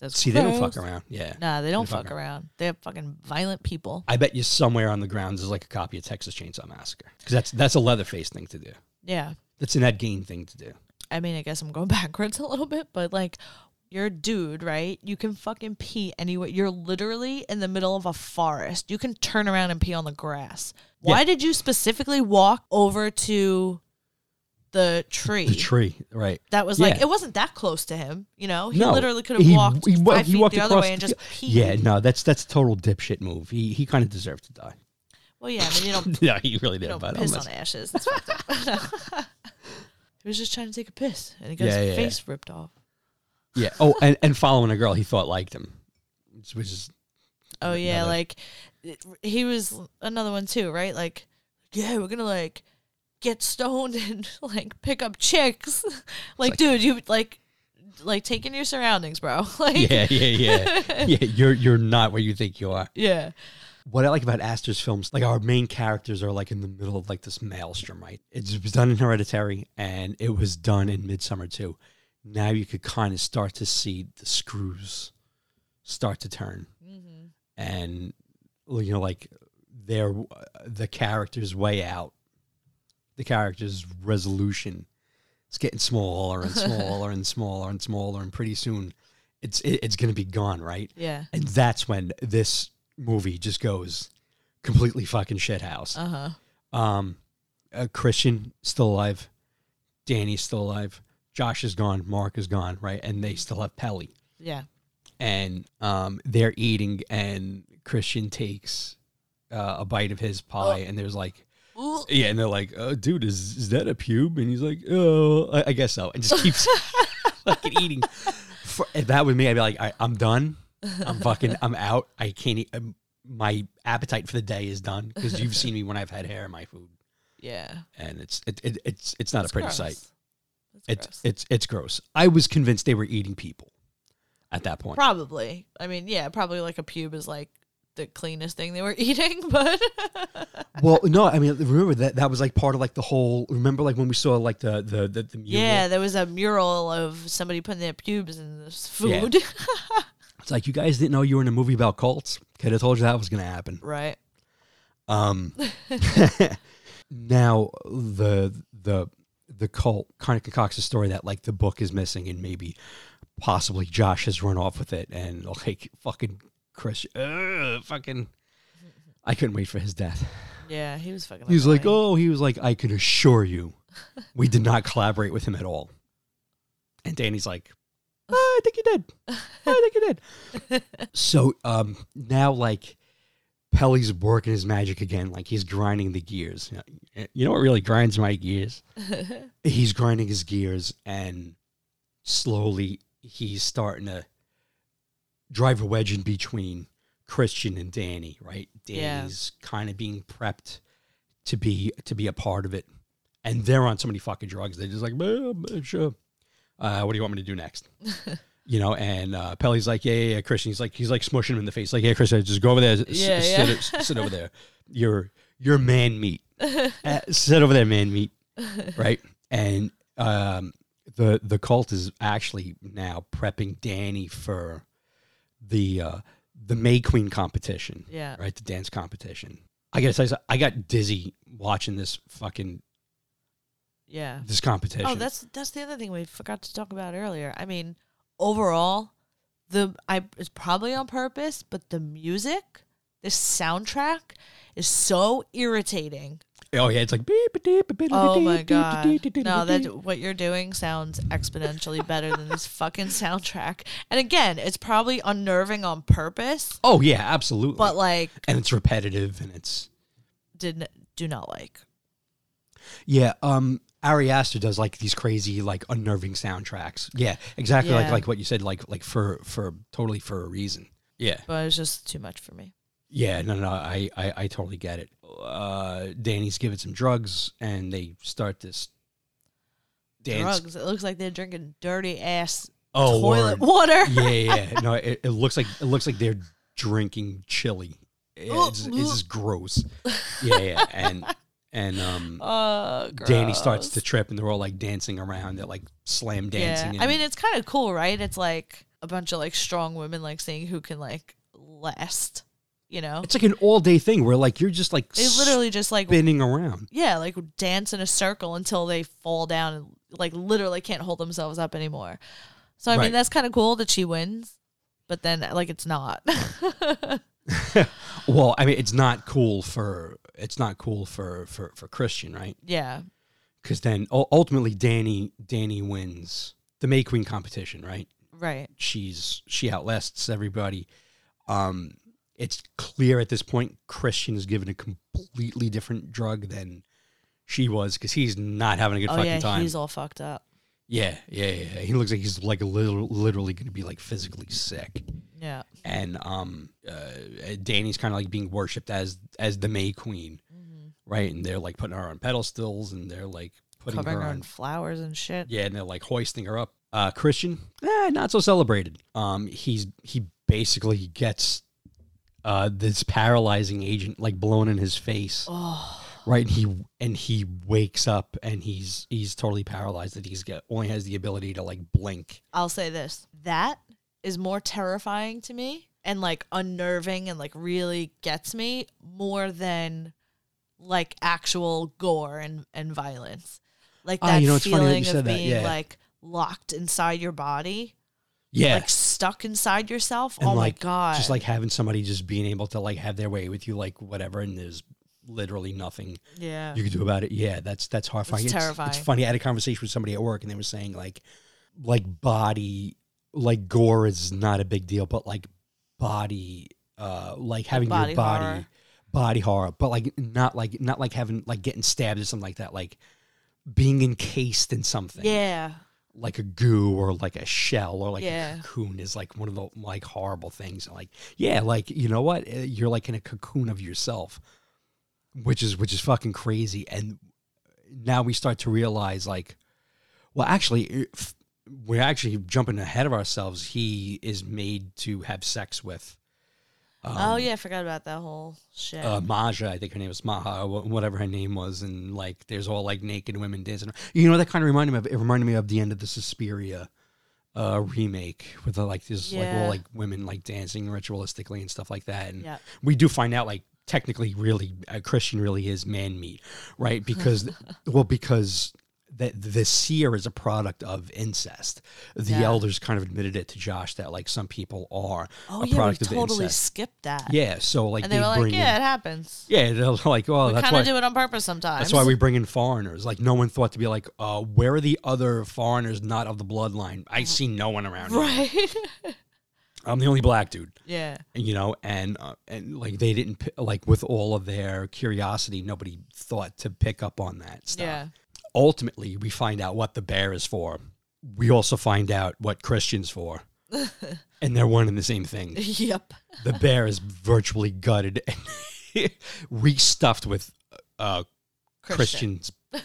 S2: That's
S1: See, they don't fuck
S2: gross.
S1: around. Yeah.
S2: Nah, they don't
S1: fuck
S2: fuck around. They're fucking violent people.
S1: I bet you somewhere on the grounds is like a copy of Texas Chainsaw Massacre because that's that's a Leatherface thing to do.
S2: Yeah.
S1: That's an Ed Gein thing to do.
S2: I mean, I guess I'm going backwards a little bit, but like, you're a dude, right? You can fucking pee anywhere. You're literally in the middle of a forest. You can turn around and pee on the grass. Why
S1: Yeah.
S2: did you specifically walk over to the tree.
S1: The tree, right?
S2: that was like
S1: Yeah.
S2: it wasn't that close to him. You know, he
S1: No,
S2: literally could have
S1: he-
S2: walked
S1: he wa-
S2: five
S1: he
S2: feet
S1: walked
S2: the other
S1: across
S2: way and
S1: the-
S2: just peed.
S1: Yeah, no, that's that's a total dipshit move. He he kind of deserved to die.
S2: Well, yeah, I mean, you don't,
S1: yeah, he really
S2: you
S1: did.
S2: don't
S1: But
S2: piss
S1: I'm
S2: on ashes. It's fucked up. he was just trying to take a piss, and he got
S1: Yeah,
S2: his
S1: yeah,
S2: face ripped off.
S1: yeah. Oh, and, and following a girl he thought liked him, which is
S2: Oh yeah,
S1: Another-
S2: like it- he was another one too, right? Like, yeah, we're gonna like get stoned and like pick up chicks. like,
S1: like-
S2: dude, you like like taking your surroundings, bro. like,
S1: yeah, yeah, yeah, yeah. You're you're not where you think you are.
S2: yeah.
S1: What I like about Astor's films, like our main characters are like in the middle of like this maelstrom, right? It was done in Hereditary, and it was done in Midsummer too. Now you could kind of start to see the screws start to turn.
S2: hmm
S1: and well, you know like their uh, the character's way out the character's resolution it's getting smaller and smaller and smaller and smaller and pretty soon it's it, it's going to be gone right
S2: Yeah.
S1: and that's when this movie just goes completely fucking shithouse
S2: Uh huh.
S1: um uh, christian still alive danny's still alive josh is gone mark is gone right and they still have pelly
S2: Yeah.
S1: and um, they're eating, and Christian takes uh, a bite of his pie, and there's like,
S2: Ooh.
S1: yeah, and they're like, oh, dude, is is that a pube? And he's like, oh, I, I guess so, and just keeps fucking eating. For, if that was me, I'd be like, I, I'm done. I'm fucking, I'm out. I can't eat. Um my appetite for the day is done because you've seen me when I've had hair in my food,
S2: Yeah.
S1: and it's it, it it's it's not a
S2: That's
S1: pretty
S2: gross.
S1: sight.
S2: That's
S1: It's
S2: gross.
S1: it's it's gross. I was convinced they were eating people at that point.
S2: probably. I mean, yeah, probably like a pube is like the cleanest thing they were eating, but
S1: Well, no, I mean, remember that that was like part of like the whole. Remember, like when we saw like the the the, the mule?
S2: yeah, there was a mural of somebody putting their pubes in this
S1: Yeah.
S2: food.
S1: It's like you guys didn't know you were in a movie about cults. Could have told you that was going to happen.
S2: right.
S1: Um, now the the the cult kind of concocts a story that like the book is missing and maybe possibly Josh has run off with it and like fucking Chris, uh, fucking. I couldn't wait for his death.
S2: Yeah, he was fucking.
S1: He's like,
S2: annoying.
S1: oh, he was like, I can assure you, we did not collaborate with him at all. And Danny's like, oh, I think you did. I think you did. so um, now, like, Pelly's working his magic again. Like, he's grinding the gears. You know what really grinds my gears? he's grinding his gears, and slowly he's starting to drive a wedge in between Christian and Danny, right?
S2: Yeah.
S1: Danny's kind of being prepped to be to be a part of it, and they're on so many fucking drugs. They're just like, "Well, uh, sure. Uh, what do you want me to do next? you know, and uh, Pelly's like, yeah, yeah, yeah, Christian. He's like, he's like smushing him in the face, like, yeah, Christian, just go over there, s-
S2: Yeah,
S1: s-
S2: yeah.
S1: Sit, s- sit over there. You're you're man meat. Uh, sit over there, man meat. Right, and um, the the cult is actually now prepping Danny for the uh, the May Queen competition
S2: yeah.
S1: right? The dance competition. I gotta tell you, something, I got dizzy watching this fucking
S2: Yeah.
S1: this competition.
S2: Oh, that's that's the other thing we forgot to talk about earlier. I mean, overall, the I it's probably on purpose, but the music, the soundtrack, is so irritating.
S1: oh yeah, it's like beep, beep, beep, beep,
S2: Oh
S1: beep,
S2: my
S1: beep,
S2: god!
S1: beep, beep, beep,
S2: No,
S1: beep,
S2: that what you're doing sounds exponentially better than this fucking soundtrack. And again, it's probably unnerving on purpose,
S1: Oh yeah, absolutely.
S2: but like,
S1: and it's repetitive, and it's
S2: did n- do not like.
S1: yeah. Um, Ari Aster does like these crazy, like unnerving soundtracks. Yeah, exactly like
S2: Yeah.
S1: like what you said, like like for for totally for a reason. Yeah,
S2: But it's just too much for me.
S1: yeah. No, no, no, I I, I totally get it. Uh, Danny's given some drugs, and they start this dance.
S2: Drugs. It looks like they're drinking dirty ass
S1: Oh,
S2: toilet
S1: word.
S2: water.
S1: yeah, yeah. yeah. No, it, it looks like it looks like they're drinking chili. It's, it's just gross. Yeah, yeah. And and um,
S2: Oh, gross.
S1: Danny starts to trip, and they're all like dancing around. They're like slam dancing. and-
S2: Yeah. I mean, it's kind of cool, right? It's like a bunch of like strong women like seeing who can like last, you know?
S1: it's like an all day thing where like you're just like
S2: They literally just like
S1: spinning around.
S2: yeah, like dance in a circle until they fall down and like literally can't hold themselves up anymore. So I
S1: Right.
S2: mean, that's kind of cool that she wins, but then like it's not.
S1: Well, I mean, it's not cool for it's not cool for for for Christian, right?
S2: yeah.
S1: because then u- ultimately Danny Danny wins the May Queen competition, right?
S2: Right.
S1: she's she outlasts everybody. Um, it's clear at this point Christian is given a completely different drug than she was because he's not having a good
S2: Oh
S1: fucking
S2: yeah,
S1: time.
S2: he's all fucked up.
S1: yeah, yeah, yeah. yeah. He looks like he's like literally, literally going to be like physically sick,
S2: Yeah.
S1: and um, uh, Danny's kind of like being worshipped as as the May Queen,
S2: Mm-hmm.
S1: right? And they're like putting her on pedestals, and they're like putting
S2: Covering
S1: her
S2: her
S1: on
S2: in flowers and shit.
S1: yeah, and they're like hoisting her up. Uh, Christian, eh, not so celebrated. Um, he's he basically gets uh, this paralyzing agent like blown in his face,
S2: Oh.
S1: right? And he and he wakes up and he's he's totally paralyzed. That he's got only has the ability to like blink.
S2: I'll say this. That is more terrifying to me and like unnerving and like really gets me more than like actual gore and, and violence. Like
S1: Ah,
S2: that
S1: you know, it's funny that
S2: feeling
S1: you
S2: of
S1: said that,
S2: being
S1: yeah.
S2: like locked inside your body,
S1: Yeah,
S2: like stuck inside yourself.
S1: And,
S2: oh
S1: like,
S2: my god.
S1: just like having somebody just being able to like have their way with you, like whatever, and there's literally nothing
S2: yeah.
S1: you could do about it. Yeah, that's that's horrifying.
S2: It's
S1: It's
S2: terrifying.
S1: funny. I had a conversation with somebody at work, and they were saying like, like body, like gore is not a big deal, but like body, uh, like having
S2: body
S1: your body,
S2: horror.
S1: body horror, but like not like not like having like getting stabbed or something like that, like being encased in something,
S2: yeah.
S1: like a goo or like a shell or like
S2: Yeah.
S1: a cocoon is like one of the like horrible things. And, Like, yeah, like you know what? Uh, You're like in a cocoon of yourself, which is which is fucking crazy. And now we start to realize, like, well, actually, if we're actually jumping ahead of ourselves. He is made to have sex with. Um,
S2: oh yeah, I forgot about that whole shit.
S1: uh, Maja, I think her name was Maha, or wh- whatever her name was, and like there's all like naked women dancing. You know, that kind of reminded me of it reminded me of the end of the Suspiria uh, remake with the, like there's like
S2: Yeah.
S1: all like women like dancing ritualistically and stuff like that. And
S2: yeah.
S1: we do find out like technically, really, uh, Christian really is man meat, right? Because well, because that the seer is a product of incest. The
S2: Yeah.
S1: elders kind of admitted it to Josh that like some people are
S2: Oh
S1: a
S2: yeah, we
S1: product of
S2: totally
S1: incest.
S2: skipped that.
S1: Yeah, so like
S2: and they were
S1: bring
S2: like,
S1: in-
S2: Yeah, it happens.
S1: yeah, they're like, oh,
S2: we
S1: that's
S2: kinda
S1: why.
S2: do it on purpose sometimes.
S1: That's why we bring in foreigners. Like, no one thought to be like, uh, where are the other foreigners not of the bloodline? I see no one around. here.
S2: Mm. Right.
S1: I'm the only black dude,
S2: yeah.
S1: you know, and uh, and like they didn't pi- like with all of their curiosity, nobody thought to pick up on that stuff.
S2: Yeah.
S1: Ultimately, we find out what the bear is for. We also find out what Christian's for, and they're one and the same thing.
S2: yep.
S1: the bear is virtually gutted and restuffed with uh,
S2: Christian.
S1: Christian's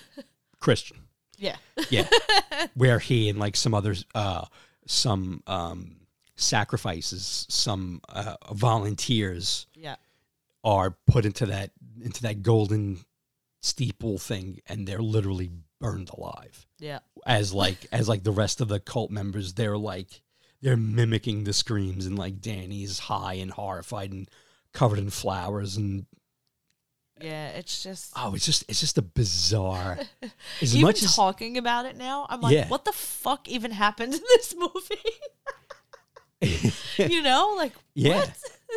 S1: Christian.
S2: Yeah.
S1: Yeah. Where he and like some others, uh, some um, sacrifices, some uh, volunteers
S2: Yeah.
S1: are put into that into that golden steeple thing, and they're literally burned alive.
S2: Yeah.
S1: As like as like the rest of the cult members, they're like they're mimicking the screams, and like Danny's high and horrified and covered in flowers, and
S2: Yeah. It's just
S1: oh, it's just it's just a bizarre. As
S2: even
S1: much as
S2: talking about it now, I'm like,
S1: Yeah.
S2: what the fuck even happened in this movie? you know, like
S1: Yeah.
S2: what?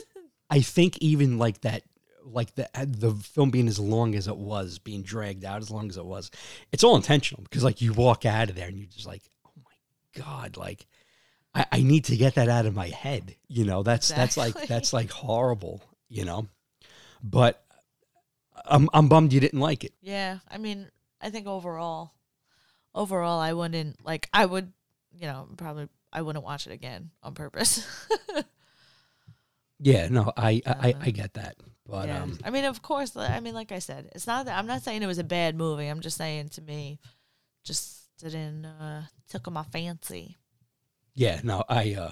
S1: I think even like that, like the uh, the film being as long as it was, being dragged out as long as it was, it's all intentional because like you walk out of there and you're just like, oh my god, like I, I need to get that out of my head. You know, that's that's like
S2: Exactly.
S1: that's like horrible. You know, but uh, I'm I'm bummed you didn't like it.
S2: Yeah. I mean, I think overall, overall, I wouldn't like. I would, you know, probably I wouldn't watch it again on purpose.
S1: Yeah, no, I I, I,
S2: Uh-huh.
S1: I get that, but
S2: yeah.
S1: um,
S2: I mean, of course. li- I mean, like I said, it's not that I'm not saying it was a bad movie. I'm just saying to me, just didn't uh, tickle my fancy.
S1: yeah, no, I uh,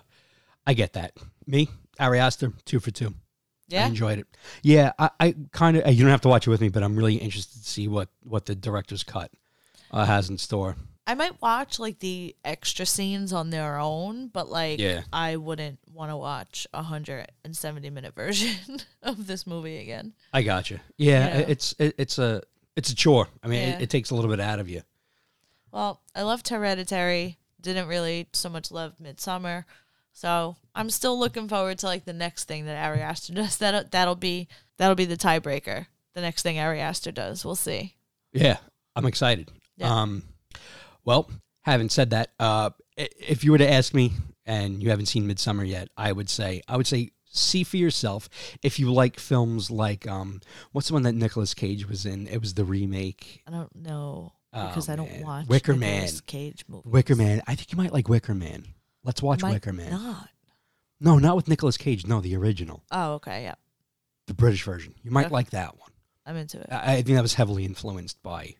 S1: I get that. Me, Ari Aster, two for two. I
S2: Yeah.
S1: enjoyed it. Yeah, I, I kind of. You don't have to watch it with me, but I'm really interested to see what what the director's cut uh, has in store.
S2: I might watch like the extra scenes on their own, but like
S1: Yeah.
S2: I wouldn't want to watch a hundred and seventy minute version of this movie again.
S1: I gotcha. Yeah,
S2: Yeah.
S1: it's it, it's a it's a chore. I mean,
S2: Yeah.
S1: it, it takes a little bit out of you.
S2: Well, I loved Hereditary. Didn't really so much love Midsummer, so I'm still looking forward to like the next thing that Ari Aster does. That that'll be that'll be the tiebreaker. The next thing Ari Aster does, we'll see.
S1: Yeah, I'm excited.
S2: Yeah.
S1: Um, well, having said that, uh, i- if you were to ask me, and you haven't seen Midsummer yet, I would say I would say see for yourself if you like films like um, what's the one that Nicolas Cage was in? It was the remake.
S2: I don't know
S1: Oh,
S2: because I don't
S1: man.
S2: watch
S1: Wicker
S2: Nicolas
S1: Man.
S2: Cage movies.
S1: Wicker Man. I think you might like Wicker Man. Let's watch
S2: Might
S1: Wicker Man.
S2: Not.
S1: No, not with Nicolas Cage. No, the original,
S2: Oh, okay. Yeah,
S1: the British version. You might
S2: Okay.
S1: like that one.
S2: I'm into it.
S1: I, I think that was heavily influenced by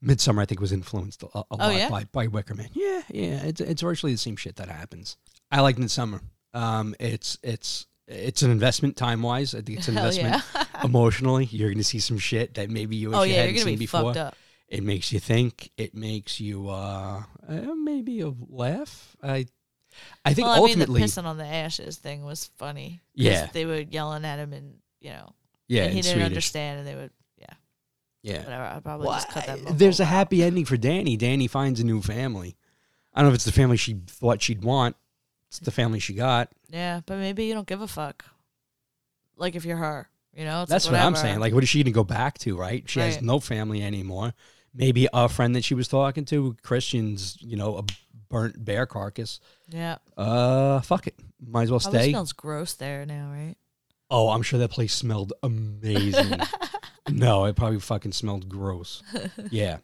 S1: Midsummer. I think was influenced a, a lot
S2: Oh, yeah?
S1: by by Wicker Man. Yeah, yeah. It's it's virtually the same shit that happens. I like Midsummer. Um, it's it's it's an investment time wise. I think it's an
S2: Hell
S1: investment
S2: yeah.
S1: emotionally. You're gonna see some shit that maybe you wish
S2: oh
S1: you
S2: yeah,
S1: hadn't
S2: you're gonna
S1: seen
S2: be
S1: before.
S2: fucked up.
S1: It makes you think. It makes you uh, uh maybe you laugh. I I think
S2: well, I mean, the
S1: ultimately,
S2: pissing on the ashes thing was funny. 'cause
S1: Yeah.
S2: they were yelling at him, and you know,
S1: yeah,
S2: and he
S1: in
S2: didn't
S1: Swedish,
S2: understand, and they would
S1: yeah.
S2: whatever. I probably
S1: Well,
S2: just cut that.
S1: I-
S2: mumble
S1: there's a
S2: out.
S1: happy ending for Danny. Danny finds a new family. I don't know if it's the family she thought she'd want. It's the family she got.
S2: Yeah, but maybe you don't give a fuck. Like if you're her, you know. It's
S1: That's
S2: like,
S1: what I'm
S2: whatever.
S1: saying. Like, what is she gonna go back to? Right? She has
S2: Right.
S1: no family anymore. Maybe a friend that she was talking to, Christian's, you know, a burnt bear carcass.
S2: yeah,
S1: Uh, fuck it. Might as well
S2: probably
S1: stay.
S2: smells gross there now, right?
S1: Oh, I'm sure that place smelled amazing. no, it probably fucking smelled gross. Yeah.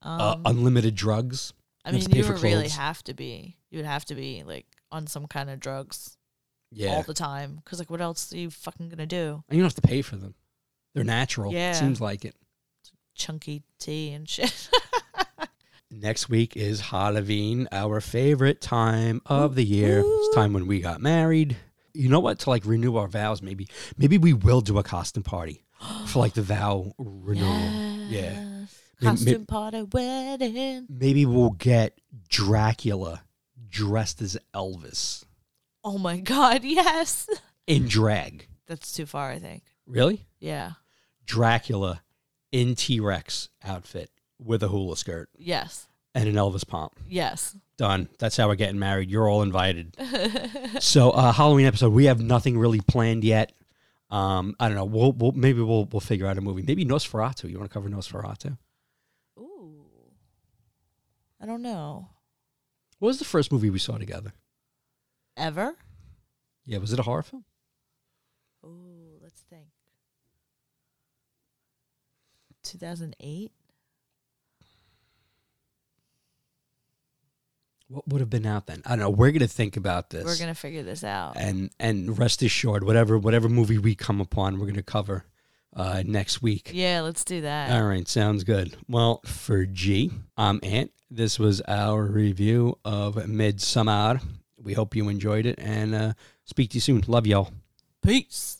S2: Um,
S1: Uh, unlimited drugs.
S2: I
S1: you have
S2: mean,
S1: to pay
S2: you
S1: for
S2: would really
S1: clothes.
S2: have to be. You would have to be like on some kind of drugs
S1: Yeah.
S2: all the time, because like, what else are you fucking gonna do?
S1: and you don't have to pay for them. They're natural.
S2: Yeah.
S1: Seems like it.
S2: Chunky tea and shit.
S1: Next week is Halloween, our favorite time of the year. It's time when we got married. You know what? To like renew our vows, maybe maybe we will do a costume party for like the vow renewal. Yeah.
S2: Yes.
S1: May- may-
S2: Costume party wedding.
S1: Maybe we'll get Dracula dressed as Elvis
S2: Oh my god, yes.
S1: in drag.
S2: That's too far, I think.
S1: Really?
S2: Yeah.
S1: Dracula in T Rex outfit with a hula skirt
S2: Yes.
S1: and an Elvis pomp.
S2: Yes.
S1: Done. That's how we're getting married. You're all invited. so uh, Halloween episode, we have nothing really planned yet. Um, I don't know. We'll, we'll maybe we'll we'll figure out a movie. Maybe Nosferatu. You want to cover Nosferatu?
S2: Ooh. I don't know.
S1: What was the first movie we saw together?
S2: Ever?
S1: Yeah, was it a horror film?
S2: Ooh, let's think. 2008?
S1: What would have been out then? I don't know. We're gonna think about this.
S2: We're going to figure this out.
S1: and and rest assured, whatever whatever movie we come upon, we're gonna cover uh, next week.
S2: Yeah, let's do that.
S1: All right, sounds good. Well, for G, I'm Ant. This was our review of Midsummer. We hope you enjoyed it and uh, speak to you soon. Love y'all.
S2: Peace.